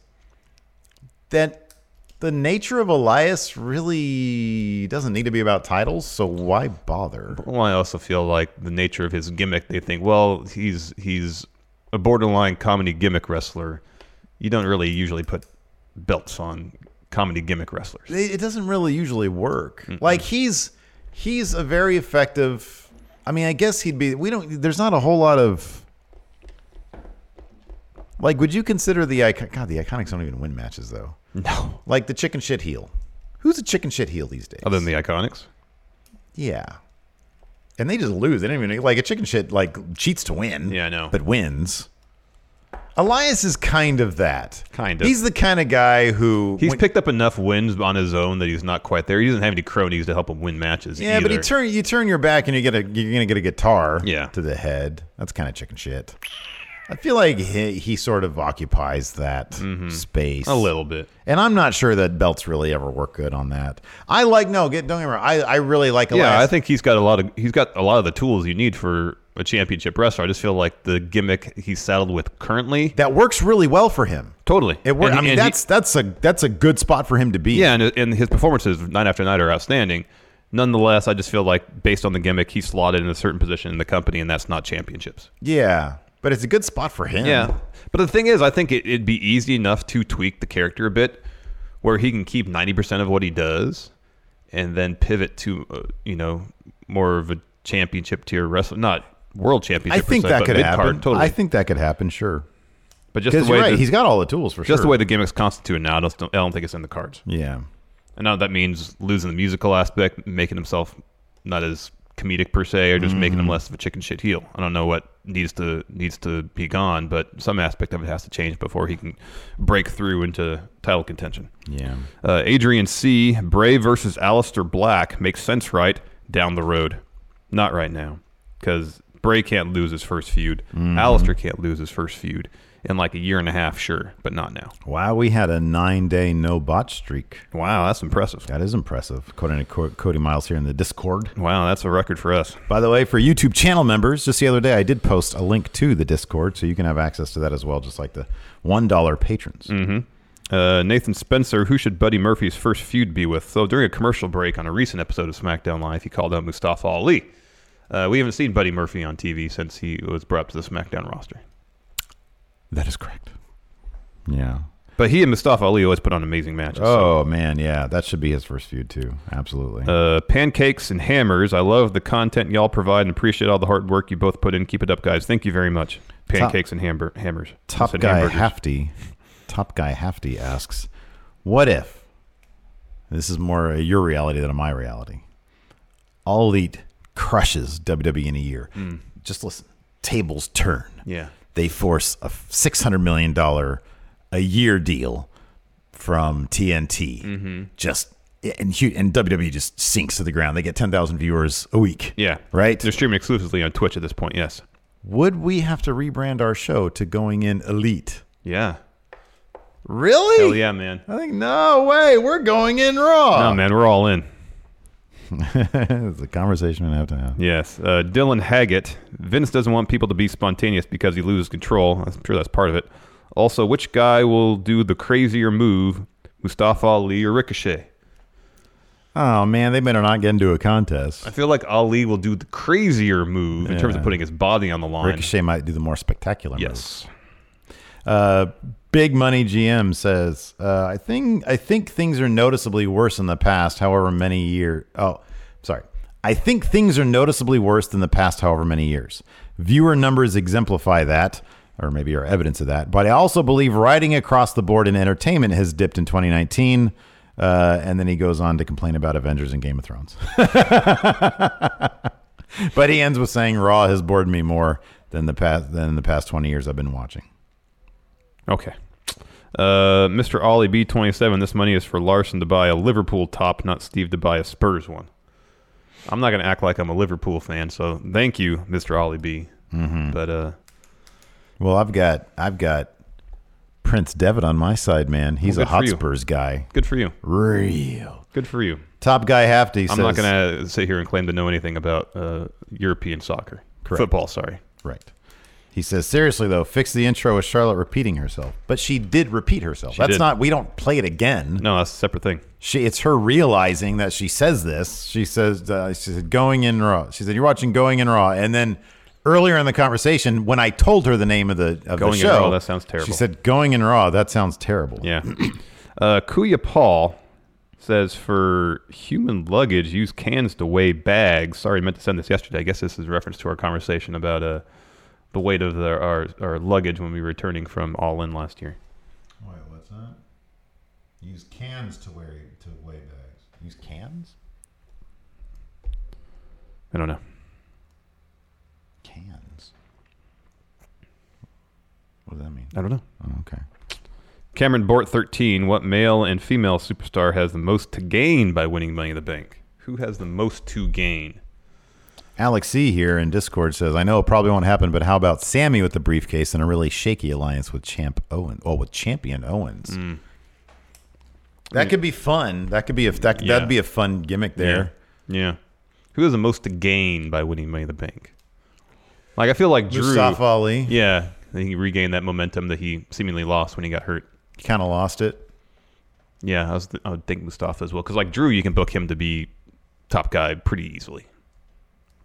S1: that the nature of Elias really doesn't need to be about titles. So why bother?
S2: Well, I also feel like the nature of his gimmick, they think, well, he's he's a borderline comedy gimmick wrestler. You don't really usually put belts on comedy gimmick wrestlers.
S1: It it doesn't really usually work. Like he's he's a very effective. I mean, I guess he'd be. We don't. There's not a whole lot of. Like, would you consider the icon? God, the iconics don't even win matches though.
S2: No.
S1: Like the chicken shit heel. Who's a chicken shit heel these days?
S2: Other than the Iconics,
S1: Yeah. And they just lose. They don't even like a chicken shit like cheats to win. Yeah, I know. But wins. Elias is kind of that.
S2: Kind of.
S1: He's the kind of guy who
S2: he's
S1: when-
S2: picked up enough wins on his own that he's not quite there. He doesn't have any cronies to help him win matches.
S1: Yeah, but
S2: either.
S1: you turn you turn your back and you get a you're gonna get a guitar
S2: Yeah.
S1: to the head. That's kind of chicken shit. I feel like he, he sort of occupies that space
S2: Mm-hmm. A little bit.
S1: and I'm not sure that belts really ever work good on that. I like no get don't get me wrong. I I really like Elias.
S2: Yeah, I think he's got a lot of he's got a lot of the tools you need for a championship wrestler. I just feel like the gimmick he's saddled with currently
S1: that works really well for him.
S2: Totally,
S1: It worked.
S2: And-
S1: I mean,
S2: and he-
S1: that's that's a that's a good spot for him to be.
S2: Yeah, and, and his performances night after night are outstanding. Nonetheless, I just feel like based on the gimmick, he's slotted in a certain position in the company, and that's not championships.
S1: Yeah, but it's a good spot for him.
S2: Yeah, but the thing is, I think it, it'd be easy enough to tweak the character a bit, where he can keep ninety percent of what he does, and then pivot to uh, you know more of a championship tier wrestler, not world
S1: I
S2: championship. per
S1: think
S2: se,
S1: that
S2: but
S1: could
S2: mid-card,
S1: happen.
S2: Totally,
S1: I think that could happen. Sure.
S2: but just the
S1: 'Cause you're
S2: way
S1: right,
S2: the-
S1: he's got all the tools for
S2: just the
S1: sure.
S2: way the gimmicks constituted now, I don't, I don't think it's in the cards.
S1: Yeah.
S2: And now that means losing the musical aspect, making himself not as comedic per se, or just making
S1: Mm-hmm.
S2: him less of a chicken shit heel. I don't know what needs to needs to be gone, but some aspect of it has to change before he can break through into title contention.
S1: Yeah.
S2: Uh, Adrian C. Bray versus Alistair Black makes sense, right? Down the road, not Mm-hmm. right now, because Bray can't lose his first feud. Alistair can't lose his first feud, in like a year and a half, sure, but not now.
S1: Wow, we had a nine day no bot streak.
S2: Wow, that's impressive.
S1: That is impressive. According to Co- Cody Miles here in the Discord.
S2: Wow, that's a record for us.
S1: By the way, for YouTube channel members, just the other day I did post a link to the Discord, so you can have access to that as well, just like the $1 patrons.
S2: Mm-hmm. Uh, Nathan Spencer, who should Buddy Murphy's first feud be with? So during a commercial break on a recent episode of SmackDown Live, he called out Mustafa Ali. Uh, we haven't seen Buddy Murphy on TV since he was brought up to the SmackDown roster.
S1: That is correct. Yeah.
S2: But he and Mustafa Ali always put on amazing matches.
S1: Oh, man. Yeah. That should be his first feud, too. Absolutely.
S2: Uh, pancakes and hammers. I love the content y'all provide and appreciate all the hard work you both put in. Keep it up, guys. Thank you very much. Pancakes and hamber- hammers.
S1: Top
S2: Said
S1: guy
S2: hamburgers.
S1: Hafty. Top guy Hafty asks, "What if?" This is more uh, your reality than my reality. All Elite crushes WWE in a year.
S2: Mm.
S1: Just listen. Tables turn.
S2: Yeah.
S1: They force a six hundred million dollar a year deal from TNT.
S2: Mhm.
S1: Just and hu- and WWE just sinks to the ground. They get ten thousand viewers a week.
S2: Yeah.
S1: Right?
S2: They're streaming exclusively on Twitch at this point, yes.
S1: Would we have to rebrand our show to Going In Elite?
S2: Yeah.
S1: Really?
S2: Hell yeah, man.
S1: I think no way. We're going in raw.
S2: No, man, we're all in.
S1: it's a conversation we have to have.
S2: Yes. Uh, Dylan Haggett. Vince doesn't want people to be spontaneous because he loses control. I'm sure that's part of it. Also, which guy will do the crazier move, Mustafa Ali or Ricochet?
S1: Oh man, they better not get into a contest.
S2: I feel like Ali will do the crazier move in terms
S1: Yeah.
S2: of putting his body on the line.
S1: Ricochet might do the more spectacular.
S2: Yes.
S1: move. Uh, Big Money GM says, uh, I think I think things are noticeably worse in the past. However many year. Oh, sorry. I think things are noticeably worse than the past. However many years. Viewer numbers exemplify that. Or maybe are evidence of that. But I also believe writing across the board in entertainment has dipped in 2019. Uh, and then he goes on to complain about Avengers and Game of Thrones. but he ends with saying Raw has bored me more than the past than the past 20 years I've been watching.
S2: Okay. Uh, Mr. Ollie B27, this money is for Larson to buy a Liverpool top, not Steve to buy a Spurs one. I'm not going to act like I'm a Liverpool fan, so thank you, Mr. Ollie B.
S1: Mhm.
S2: But uh,
S1: Well, I've got I've got Prince Devitt on my side, man. He's
S2: Well,
S1: a
S2: good for you.
S1: Hotspurs guy.
S2: good for you.
S1: Real.
S2: Good for you.
S1: Top guy Hafty
S2: I'm
S1: says
S2: not going to sit here and claim to know anything about uh, European soccer.
S1: Correct.
S2: Football, sorry.
S1: Right. He says, seriously though, fix the intro with Charlotte repeating herself. But she did repeat herself.
S2: She
S1: That's
S2: did.
S1: not we don't play it again.
S2: No, that's a separate thing.
S1: She it's her realizing that she says this. She says uh, she said going in raw. She said you're watching going in raw, and then earlier in the conversation when I told her the name of the of
S2: Going
S1: the
S2: in
S1: show,
S2: Raw, that sounds terrible.
S1: She said going in raw. That sounds terrible.
S2: Yeah. uh, Kuya Paul says for human luggage, use cans to weigh bags. Sorry, I meant to send this yesterday. I guess this is a reference to our conversation about uh, the weight of the, our, our luggage when we were returning from All In last year.
S1: Wait, what's that? Use cans to wear to weigh bags. Use cans.
S2: I don't know.
S1: Cans. What does that mean?
S2: I don't know.
S1: Oh, okay.
S2: Cameron Bort 13, what male and female superstar has the most to gain by winning Money in the Bank? Who has the most to gain?
S1: Alex C here in Discord says, I know it probably won't happen, but how about Sammy with the briefcase and a really shaky alliance with Champ Owen? Oh, with Champion Owens.
S2: Hmm.
S1: That could be fun. That could be a that,
S2: Yeah.
S1: that'd be a fun gimmick there.
S2: Yeah. yeah. Who has the most to gain by winning Money in the Bank? Like I feel like Drew
S1: Mustafa Ali.
S2: Yeah. I think he regained that momentum that he seemingly lost when he got hurt.
S1: Kind of lost it.
S2: Yeah, I, was I would think Mustafa as well because like Drew, you can book him to be top guy pretty easily,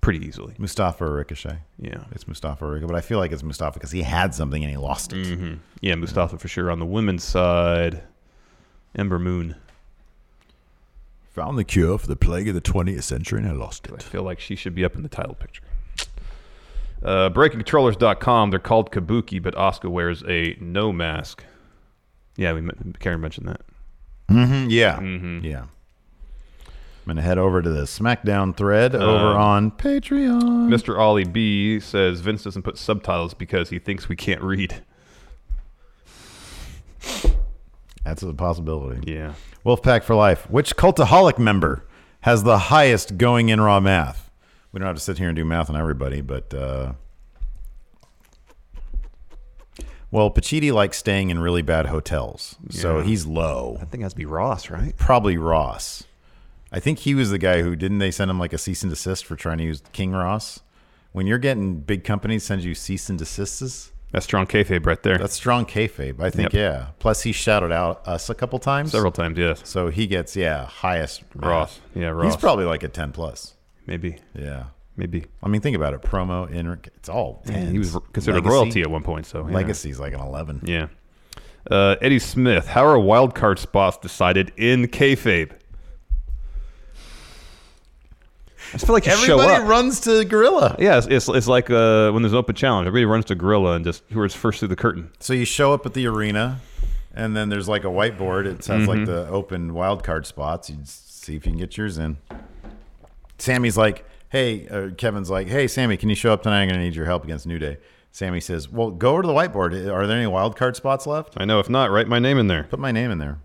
S2: pretty easily.
S1: Mustafa or Ricochet.
S2: Yeah,
S1: It's Mustafa or Ricochet, but I feel like it's Mustafa because he had something and he lost it.
S2: hmm yeah, Mustafa for sure. On the women's side, Ember Moon.
S1: Found the cure for the plague of the 20th century and I lost
S2: I feel like she should be up in the title picture. Uh, BreakingControllers.com. They're called Kabuki, but Oscar wears a no mask. Yeah, we men- Karen mentioned that.
S1: hmm Yeah.
S2: Mhm.
S1: Yeah. I'm going to head over to the SmackDown thread over
S2: Um,
S1: on Patreon.
S2: Mr. Ollie B says Vince doesn't put subtitles because he thinks we can't read.
S1: That's a possibility.
S2: Yeah.
S1: Wolfpack for life. Which cultaholic member has the highest going in raw math? We don't have to sit here and do math on everybody, but uh, Well, Pacitti likes staying in really bad hotels, so
S2: Yeah.
S1: he's low. I
S2: think it has to be Ross, right?
S1: Probably Ross. I think he was the guy who didn't they send him like a cease and desist for trying to use King Ross. When you're getting big companies send you cease and desists.
S2: That's strong kayfabe right there.
S1: That's strong kayfabe. I think
S2: Yep.
S1: yeah. Plus he shouted out us a couple times,
S2: Several times, yes.
S1: So he gets yeah highest
S2: Ross. Yeah,
S1: He's
S2: Ross.
S1: probably like a ten plus.
S2: Maybe.
S1: Yeah.
S2: Maybe.
S1: I mean, think about it. Promo, in it's all.
S2: Yeah,
S1: 10s.
S2: he was considered royalty at one point, so, yeah.
S1: legacy's like an eleven.
S2: Yeah. Uh, Eddie Smith, how are wild card spots decided in kayfabe? I just feel like you show
S1: Everybody
S2: up.
S1: runs to Gorilla.
S2: yeah, it's, it's, it's like uh, when there's an open challenge. Everybody runs to Gorilla and just whoever's first through the curtain.
S1: So you show up at the arena, and then there's like a whiteboard. It sounds like
S2: Mhm.
S1: the open wild card spots. You just see if you can get yours in. Sammy's like, "Hey," or Kevin's like, "Hey, Sammy, can you show up tonight? I'm gonna need your help against New Day." Sammy says, "Well, go over to the whiteboard. Are there any wild card spots left?"
S2: I know. If not, write my name in there.
S1: Put my name in there.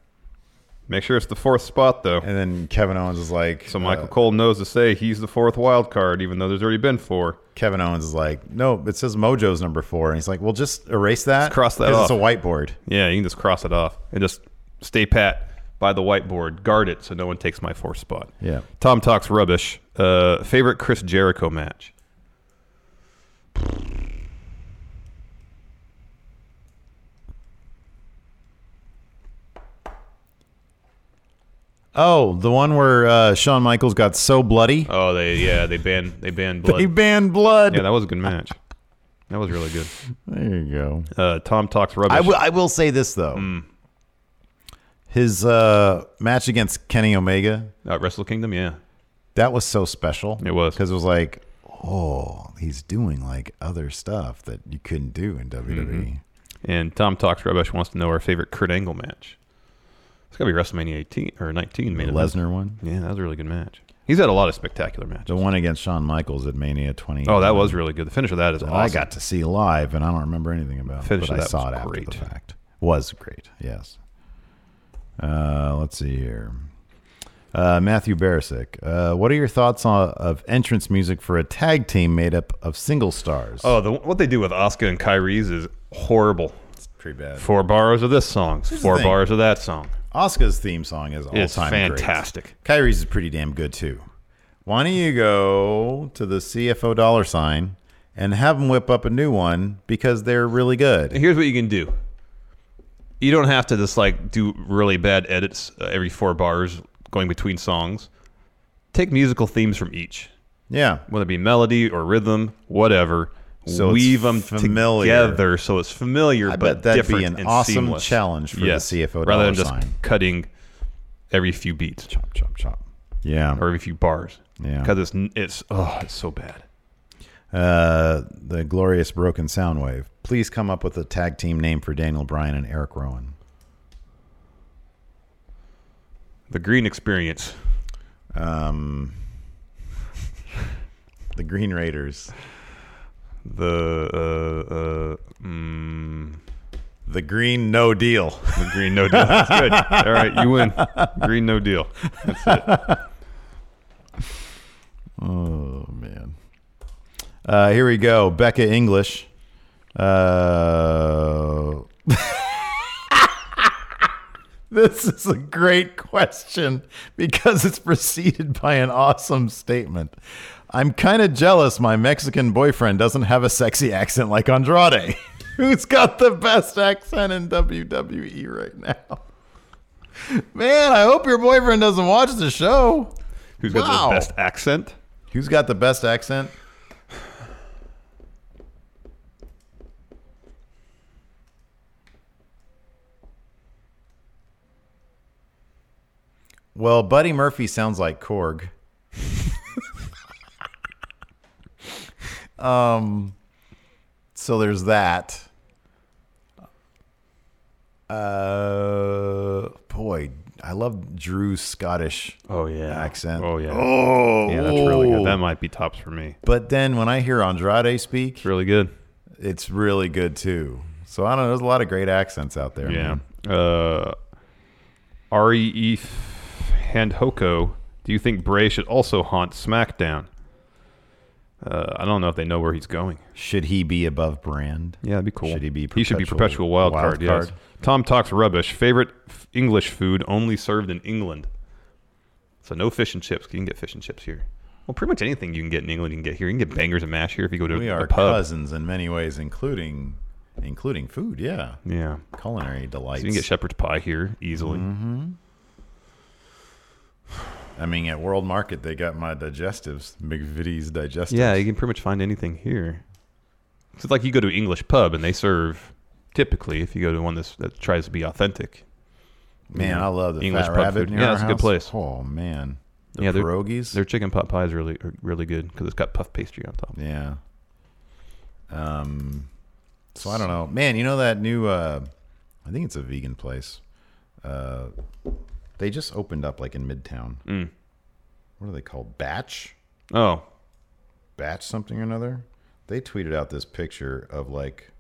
S2: Make sure it's the fourth spot, though. And
S1: then Kevin Owens is like,
S2: so Michael Cole knows to say he's the fourth wild card, even though there's already been four.
S1: Kevin Owens is like, "No, it says Mojo's number four. and he's like, "Well, just erase that.
S2: cross that
S1: 'cause It's
S2: off.
S1: a whiteboard."
S2: Yeah, you can just cross it off and just stay pat by the whiteboard, guard it so no one takes my fourth spot.
S1: Yeah.
S2: Tom talks rubbish. Uh, favorite Chris Jericho match.
S1: Oh, the one where uh, Shawn Michaels got so bloody.
S2: Oh, they yeah they banned they banned blood.
S1: They banned blood.
S2: Yeah, that was a good match. That was really good.
S1: There you go.
S2: Uh, Tom talks rubbish.
S1: I will- I will say this though.
S2: Hmm.
S1: His uh, match against Kenny Omega,
S2: Uh, Wrestle Kingdom, yeah.
S1: that was so special.
S2: It was
S1: because it was like, oh, he's doing like other stuff that you couldn't do in E. WWE.
S2: Mhm. And Tom talks rubbish wants to know our favorite Kurt Angle match. It's got to be WrestleMania 18 or 19. Main
S1: The
S2: event.
S1: Lesnar one?
S2: Yeah, that was a really good match. He's had a lot of spectacular matches.
S1: The one against Shawn Michaels at Mania 20.
S2: Oh, that was really good. The finish of that is
S1: That
S2: awesome.
S1: I got to see live, and I don't remember anything about. it,
S2: Finish
S1: but
S2: of
S1: I
S2: that
S1: saw
S2: was
S1: it
S2: great.
S1: after the fact. Was great. Yes. Uh, let's see here. Uh, Matthew Barisick, uh, what are your thoughts on, of entrance music for a tag team made up of single stars?
S2: Oh, the, what they do with Oscar and Kyrie's is horrible. It's
S1: pretty bad.
S2: Four bars of this song,
S1: Here's the
S2: four
S1: thing.
S2: bars of that song.
S1: Oscar's theme song is all
S2: It's
S1: time
S2: fantastic.
S1: Kyrie's is pretty damn good too. Why don't you go to the CFO dollar sign and have them whip up a new one because they're really good.
S2: Here's what you can do. You don't have to just like do really bad edits uh, every four bars going between songs. Take musical themes from each.
S1: Yeah.
S2: Whether it be melody or rhythm, whatever.
S1: So it's
S2: weave them
S1: familiar.
S2: together so it's familiar
S1: I bet
S2: but
S1: that'd be
S2: different
S1: an
S2: and
S1: awesome
S2: seamless.
S1: challenge for the
S2: yes,
S1: CFO
S2: rather
S1: dollar
S2: than just
S1: sign.
S2: cutting every few beats.
S1: Chop chop chop. Yeah.
S2: Or every few bars.
S1: Yeah.
S2: Because it's n- it's oh it's so bad.
S1: Uh, the glorious broken sound wave. Please come up with a tag team name for Daniel Bryan and Eric Rowan.
S2: The green experience.
S1: Um, the Green Raiders.
S2: The uh, uh, mm,
S1: the Green No Deal.
S2: The Green No Deal. That's good. All right, you win. Green No Deal. That's it.
S1: Oh man. Uh, here we go. Becca English. Uh, this is a great question because it's preceded by an awesome statement. I'm kind of jealous my Mexican boyfriend doesn't have a sexy accent like Andrade, who's got the best accent in WWE right now. Man, I hope your boyfriend doesn't watch the show.
S2: Who's got the best accent?
S1: Who's got the best accent? Well, Buddy Murphy sounds like Korg. um, so there's that. Uh, boy, I love Drew's Scottish.
S2: Oh yeah,
S1: accent.
S2: Oh yeah.
S1: Oh,
S2: yeah, that's really
S1: oh.
S2: good. That might be tops for me.
S1: But then when I hear Andrade speak, it's
S2: really good.
S1: It's really good too. So I don't know. There's a lot of great accents out there.
S2: Yeah.
S1: man.
S2: Uh, E Ree and Hoko. Do you think Bray should also haunt SmackDown? Uh, I don't know if they know where he's going.
S1: Should he be above brand?
S2: Yeah, that'd be cool.
S1: Should he be?
S2: He should be perpetual wild, card. Yes. Tom talks rubbish. Favorite f- English food only served in England. So no fish and chips. You can get fish and chips here. Well, pretty much anything you can get in England, you can get here. You can get bangers and mash here if you go to
S1: we
S2: a
S1: are
S2: pub.
S1: cousins in many ways, including including food. Yeah,
S2: Yeah.
S1: culinary delights.
S2: So you can get shepherd's pie here easily.
S1: hmm I mean, at World Market, they got my digestives, McVitie's digestives.
S2: Yeah, you can pretty much find anything here. It's like you go to an English pub and they serve typically if you go to one that's, that tries to be authentic.
S1: Man, I love the
S2: English
S1: Fat
S2: pub
S1: Rabbit
S2: food.
S1: near
S2: Yeah,
S1: our
S2: it's a good
S1: house.
S2: place.
S1: Oh man, the
S2: yeah, their-
S1: pierogies.
S2: Their chicken pot pie is really are really good because it's got puff pastry on top.
S1: Yeah. Um, so I don't know, man. You know that new? Uh, I think it's a vegan place. Uh, they just opened up like in Midtown.
S2: Mm.
S1: What are they called? Batch.
S2: Oh,
S1: Batch something or another. They tweeted out this picture of like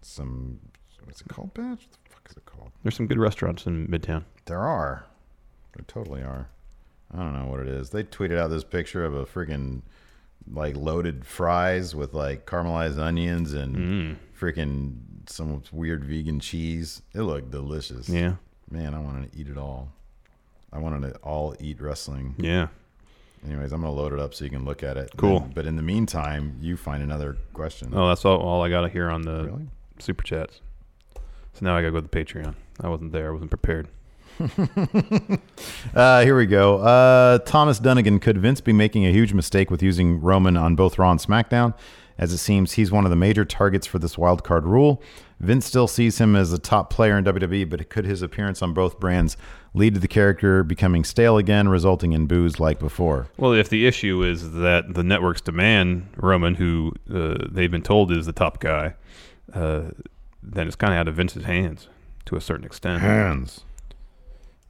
S1: some. What's it called? Batch. What the fuck is it called?
S2: there's some good restaurants in Midtown.
S1: There are. There totally are. I don't know what it is. They tweeted out this picture of a freaking like loaded fries with like caramelized onions and
S2: Mm.
S1: freaking some weird vegan cheese. It looked delicious.
S2: Yeah.
S1: Man, I wanted to eat it all. I wanted to all eat wrestling.
S2: Yeah.
S1: Anyways, I'm going to load it up so you can look at it.
S2: Cool.
S1: But in the meantime, you find another question.
S2: Oh, that's all, all I got here on the super chats. So now I gotta go to the Patreon. I wasn't there. I wasn't prepared.
S1: Uh, here we go. Uh, Thomas Dunnigan. Could Vince be making a huge mistake with using Roman on both Raw and SmackDown? As it seems, he's one of the major targets for this wild card rule. Vince still sees him as a top player in WWE, but could his appearance on both brands lead to the character becoming stale again, resulting in boos like before?
S2: Well, if the issue is that the networks demand Roman, who uh, they've been told is the top guy, uh, then it's kind of out of Vince's hands to a certain extent.
S1: Hands.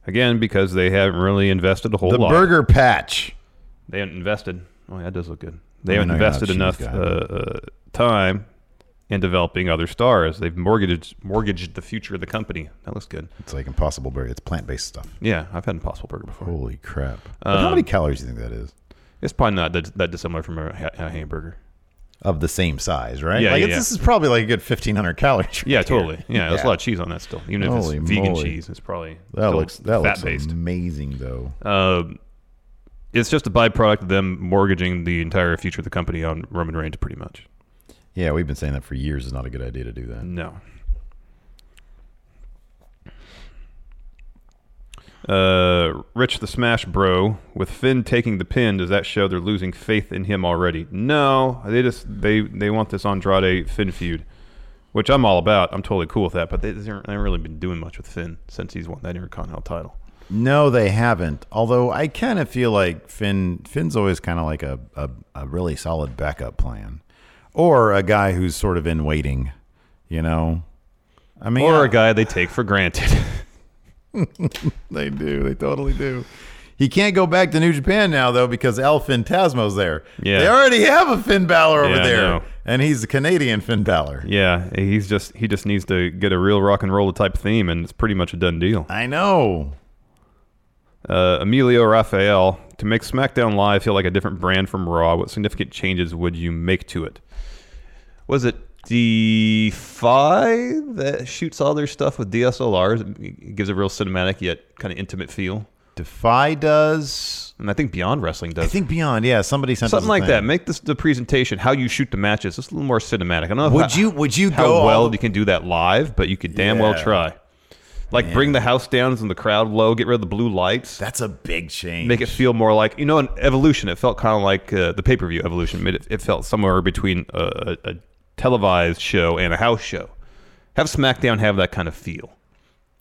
S2: Again, because they haven't really invested a whole
S1: the
S2: lot.
S1: burger patch.
S2: They haven't invested. Oh, yeah, that does look good. They
S1: I mean,
S2: haven't
S1: I got
S2: invested
S1: cheese
S2: enough uh,
S1: guy.
S2: uh, time in developing other stars. They've mortgaged mortgaged the future of the company. That looks good.
S1: It's like Impossible Burger. It's plant based stuff.
S2: Yeah, I've had Impossible Burger before.
S1: Holy crap. But
S2: Um,
S1: how many calories do you think that is?
S2: It's probably not that, that dissimilar from a, ha- a hamburger.
S1: Of the same size, right?
S2: Yeah,
S1: like
S2: yeah,
S1: it's,
S2: yeah.
S1: This is probably like a good 1,500 calories.
S2: Yeah,
S1: right here.
S2: totally. Yeah, there's a lot of cheese on that still. Even if
S1: Holy
S2: it's vegan
S1: moly.
S2: cheese, it's probably
S1: that
S2: still
S1: looks that looks
S2: fat-based.
S1: amazing though.
S2: Um, it's just a byproduct of them mortgaging the entire future of the company on Roman Reigns, pretty much.
S1: Yeah, we've been saying that for years. It's not a good idea to do that.
S2: No. Uh, Rich the Smash Bro with Finn taking the pin. Does that show they're losing faith in him already? No, they just they they want this Andrade Finn feud, which I'm all about. I'm totally cool with that. But they, they haven't they haven't really been doing much with Finn since he's won that Intercontinental title.
S1: No, they haven't. Although I kind of feel like Finn Finn's always kind of like a, a a really solid backup plan, or a guy who's sort of in waiting. You know, I mean,
S2: or
S1: I-
S2: a guy they take for granted.
S1: they do. They totally do. He can't go back to New Japan now though because El Fantasmo's there.
S2: Yeah.
S1: they already have a Finn Balor over
S2: Yeah, I
S1: there,
S2: know.
S1: and he's a Canadian Finn Balor.
S2: yeah, he's just he just needs to get a real rock and roll type theme, and it's pretty much a done deal.
S1: I know.
S2: Uh, Emilio Rafael, to make SmackDown Live feel like a different brand from Raw, what significant changes would you make to it? Was it Defy that shoots all their stuff with DSLRs? It gives a real cinematic yet kind of intimate feel.
S1: Defy does,
S2: and I think Beyond Wrestling does.
S1: I think beyond. Yeah, somebody sent us
S2: Something
S1: a
S2: like
S1: thing.
S2: that. Make this the presentation, how you shoot the matches, just a little more cinematic. I don't know
S1: Would
S2: how,
S1: you- would you
S2: how
S1: go all
S2: well
S1: the-
S2: you can do that live, but you could damn well
S1: Yeah.
S2: try. Like bring the house down and the crowd low, get rid of the blue lights.
S1: That's a big change.
S2: make it feel more like you know an evolution. It felt kind of like uh, the pay per view evolution. It, it felt somewhere between a, a, a televised show and a house show. Have SmackDown have that kind of feel.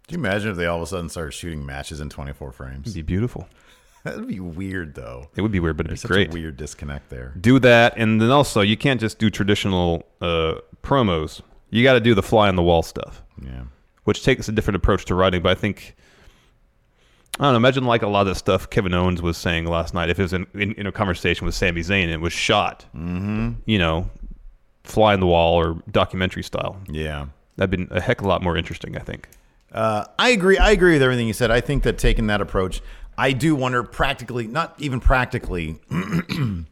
S1: Do you imagine if they all of a sudden started shooting matches in 24 frames?
S2: It'd be beautiful.
S1: That'd be weird, though.
S2: It would be weird, but it'd
S1: There's
S2: be
S1: such
S2: great.
S1: a weird disconnect there.
S2: do that, and then also you can't just do traditional uh, promos. You got to do the fly on the wall stuff.
S1: Yeah.
S2: which takes a different approach to writing. But I think I don't know. Imagine like a lot of the stuff Kevin Owens was saying last night. If it was in, in, in a conversation with Sami Zayn, and it was shot. Mm-hmm. You know, fly on the wall or documentary style.
S1: Yeah.
S2: That'd been a heck of a lot more interesting. I think.
S1: Uh, I agree. I agree with everything you said. I think that taking that approach, I do wonder practically, not even practically, thi-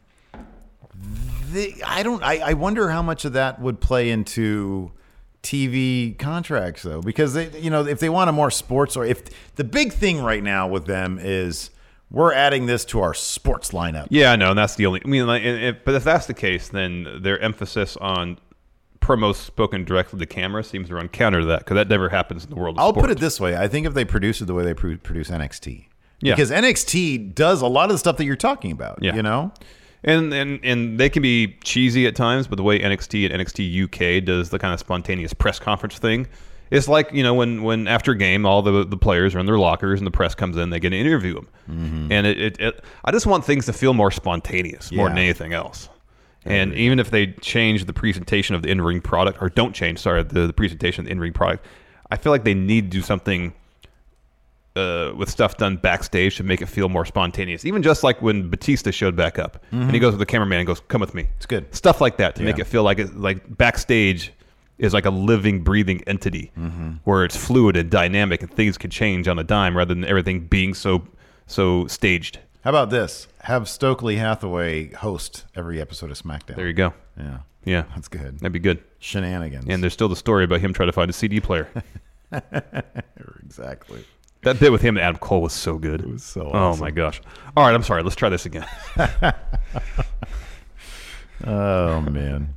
S1: I don't. I, I wonder how much of that would play into TV contracts, though, because they, you know, if they want a more sports or if the big thing right now with them is we're adding this to our sports lineup.
S2: Yeah, I know, and that's the only. I mean, like, and- and- but if that's the case, then their emphasis on promos spoken directly to camera seems to run counter to that because that never happens in the world. Of
S1: I'll
S2: sports.
S1: put it this way: I think if they produce it the way they pro- produce NXT,
S2: Yeah.
S1: because NXT does a lot of the stuff that you're talking about.
S2: Yeah.
S1: you know,
S2: And, and and they can be cheesy at times, but the way NXT and NXT UK does the kind of spontaneous press conference thing, it's like you know when when after a game all the the players are in their lockers and the press comes in, they get to interview them, and it, it, it I just want things to feel more spontaneous more than
S1: Yeah.
S2: anything else. And even if they change the presentation of the in-ring product, or don't change, sorry, the, the presentation of the in-ring product, I feel like they need to do something uh, with stuff done backstage to make it feel more spontaneous. Even just like when Batista showed back up and he
S1: Mhm.
S2: goes with the cameraman and goes, "Come with me." It's
S1: good
S2: stuff like that to make
S1: Yeah.
S2: it feel like it, like backstage is like a living, breathing entity
S1: Mm-hmm.
S2: where it's fluid and dynamic and things can change on a dime rather than everything being so so staged.
S1: How about this? Have Stokely Hathaway host every episode of SmackDown.
S2: There you go.
S1: Yeah.
S2: Yeah,
S1: that's good.
S2: That'd be good.
S1: Shenanigans.
S2: And there's still the story about him trying to find a CD player.
S1: exactly.
S2: That bit with him and Adam Cole was so good. It was
S1: so
S2: Oh
S1: awesome.
S2: my gosh. All right, I'm sorry. Let's try this again.
S1: Oh man.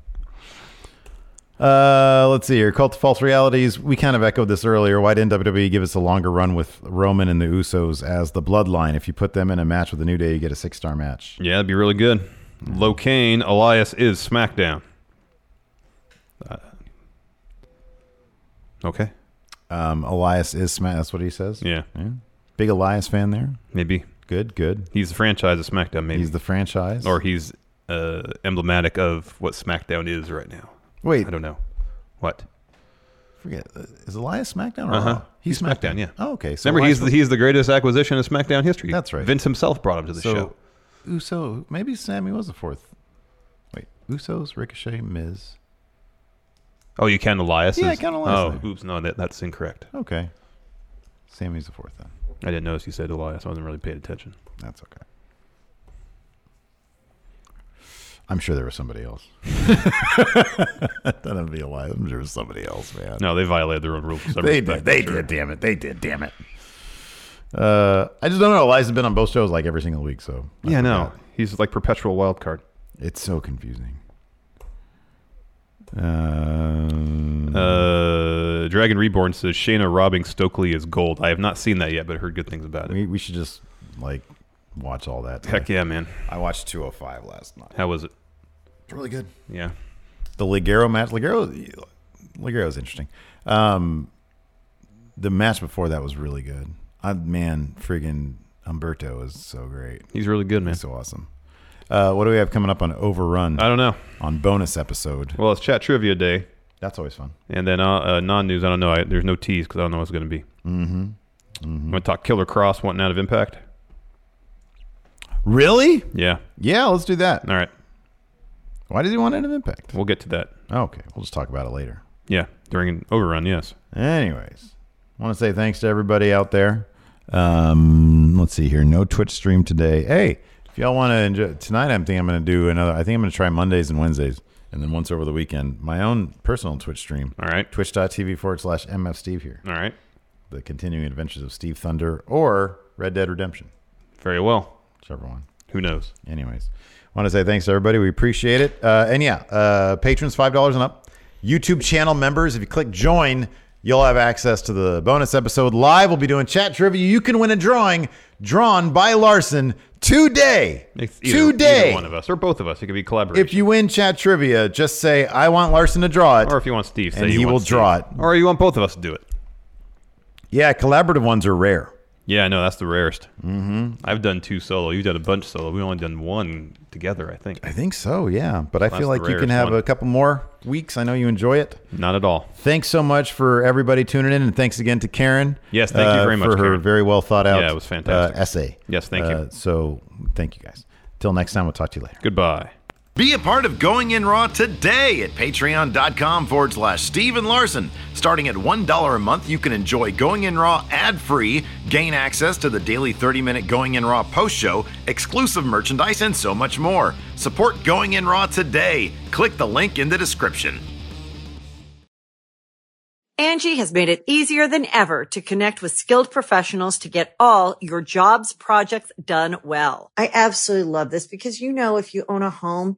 S1: Uh, let's see here. Cult of False Realities. We kind of echoed this earlier. Why didn't WWE give us a longer run with Roman and the Usos as the bloodline? If you put them in a match with the New Day, you get a six star match.
S2: Yeah, that'd be really good. Low Kane, Elias is SmackDown. Uh, okay.
S1: Um, Elias is Smack. That's what he says.
S2: Yeah.
S1: Big Elias fan there.
S2: Maybe.
S1: Good, good.
S2: He's the franchise of SmackDown, maybe.
S1: He's the franchise.
S2: Or he's uh, emblematic of what SmackDown is right now.
S1: Wait.
S2: I don't know. What?
S1: Forget. uh, Is Elias SmackDown or
S2: Uh-huh.
S1: Raw? He's, SmackDown.
S2: yeah.
S1: Oh, okay. So
S2: Remember, he's
S1: Elias-
S2: the, he's the greatest acquisition in SmackDown history.
S1: That's right.
S2: Vince himself brought him to the
S1: So-
S2: show.
S1: Uso. Maybe Sammy was the fourth. Wait. Usos, Ricochet, Miz.
S2: Oh, you count Elias?
S1: Yeah, I
S2: as-
S1: count Elias
S2: Oh, oops. No, that, that's incorrect.
S1: Okay. Sammy's the fourth then.
S2: I didn't notice you said Elias. I wasn't really paying attention.
S1: That's okay. I'm sure there was somebody else. That'd be a lie. I'm sure there was somebody else, man.
S2: No, they violated their own rules. for some
S1: They
S2: respect,
S1: did. They
S2: I'm sure.
S1: did. Damn it. They did. Damn it. Uh, I just don't know. Elias has been on both shows like every single week, so
S2: Yeah, no. He's like perpetual wild card.
S1: it's so confusing. Um,
S2: Uh, Dragon Reborn says Shayna robbing Stokely is gold. I have not seen that yet, but heard good things about it.
S1: we, we should just like watch all that.
S2: Heck yeah, man!
S1: I watched 205 last night.
S2: How was it?
S1: It's really good.
S2: Yeah,
S1: the Ligero match. Ligero, Ligero is interesting. Um, the match before that was really good. I, man, friggin' Umberto is so great.
S2: he's really good, man.
S1: He's so awesome. Uh, what do we have coming up on Overrun?
S2: I don't know.
S1: On bonus episode.
S2: Well, it's chat trivia day,
S1: That's always fun.
S2: and then uh, uh, non-news. I don't know. I, there's no tease because I don't know what's going to be.
S1: Mm-hmm.
S2: I'm going to talk Killer Cross wanting out of Impact.
S1: Really?
S2: Yeah.
S1: Yeah, let's do that.
S2: All right,
S1: Why does he want an impact?
S2: we'll get to that.
S1: Oh, okay, we'll just talk about it later.
S2: Yeah, during an overrun. Yes.
S1: Anyways, want to say thanks to everybody out there. Um, let's see here. No Twitch stream today. Hey, if y'all want to enjoy tonight, I'm thinking I'm going to do another. I think I'm going to try Mondays and Wednesdays, and then once over the weekend, my own personal Twitch stream.
S2: All right.
S1: Twitch.tv forward slash MF Steve here.
S2: All right.
S1: The continuing adventures of Steve Thunder or Red Dead Redemption,
S2: Very well.
S1: whichever one.
S2: Who knows?
S1: Anyways, want to say thanks to everybody. We appreciate it. Uh, and yeah, uh, patrons five dollars and up. YouTube channel members, if you click join, you'll have access to the bonus episode live. We'll be doing chat trivia. You can win a drawing drawn by Larson today.
S2: It's either,
S1: today.
S2: either one of us or both of us. It could be collaboration.
S1: If you win chat trivia, just say I want Larson to draw it.
S2: or if you want Steve, say
S1: And
S2: you
S1: he
S2: want
S1: will
S2: Steve.
S1: draw it.
S2: Or you want both of us to do it.
S1: yeah, collaborative ones are rare.
S2: Yeah, I know that's the rarest. Mm-hmm. I've done two solo. You've done a bunch solo. We've only done one together, I think.
S1: I think so, yeah. But I
S2: That's
S1: feel
S2: the
S1: like you can
S2: rarest
S1: have
S2: one.
S1: a couple more weeks. I know you enjoy it.
S2: Not at all.
S1: Thanks so much for everybody tuning in, and thanks again to Karen.
S2: Yes, thank you
S1: uh,
S2: very much,
S1: for her
S2: Karen.
S1: very well thought out.
S2: Yeah, it was fantastic.
S1: Uh, essay.
S2: Yes, thank you.
S1: Uh, so, thank you guys. Till next time, we'll talk to you later.
S2: Goodbye.
S1: Be a part of Going In Raw today at patreon.com forward slash Steven Larson. Starting at $1 a month, you can enjoy Going In Raw ad free, gain access to the daily 30 minute Going In Raw post show, exclusive merchandise, and so much more. Support Going In Raw today. Click the link in the description.
S5: Angie has made it easier than ever to connect with skilled professionals to get all your jobs projects done well.
S4: I absolutely love this because, you know, if you own a home,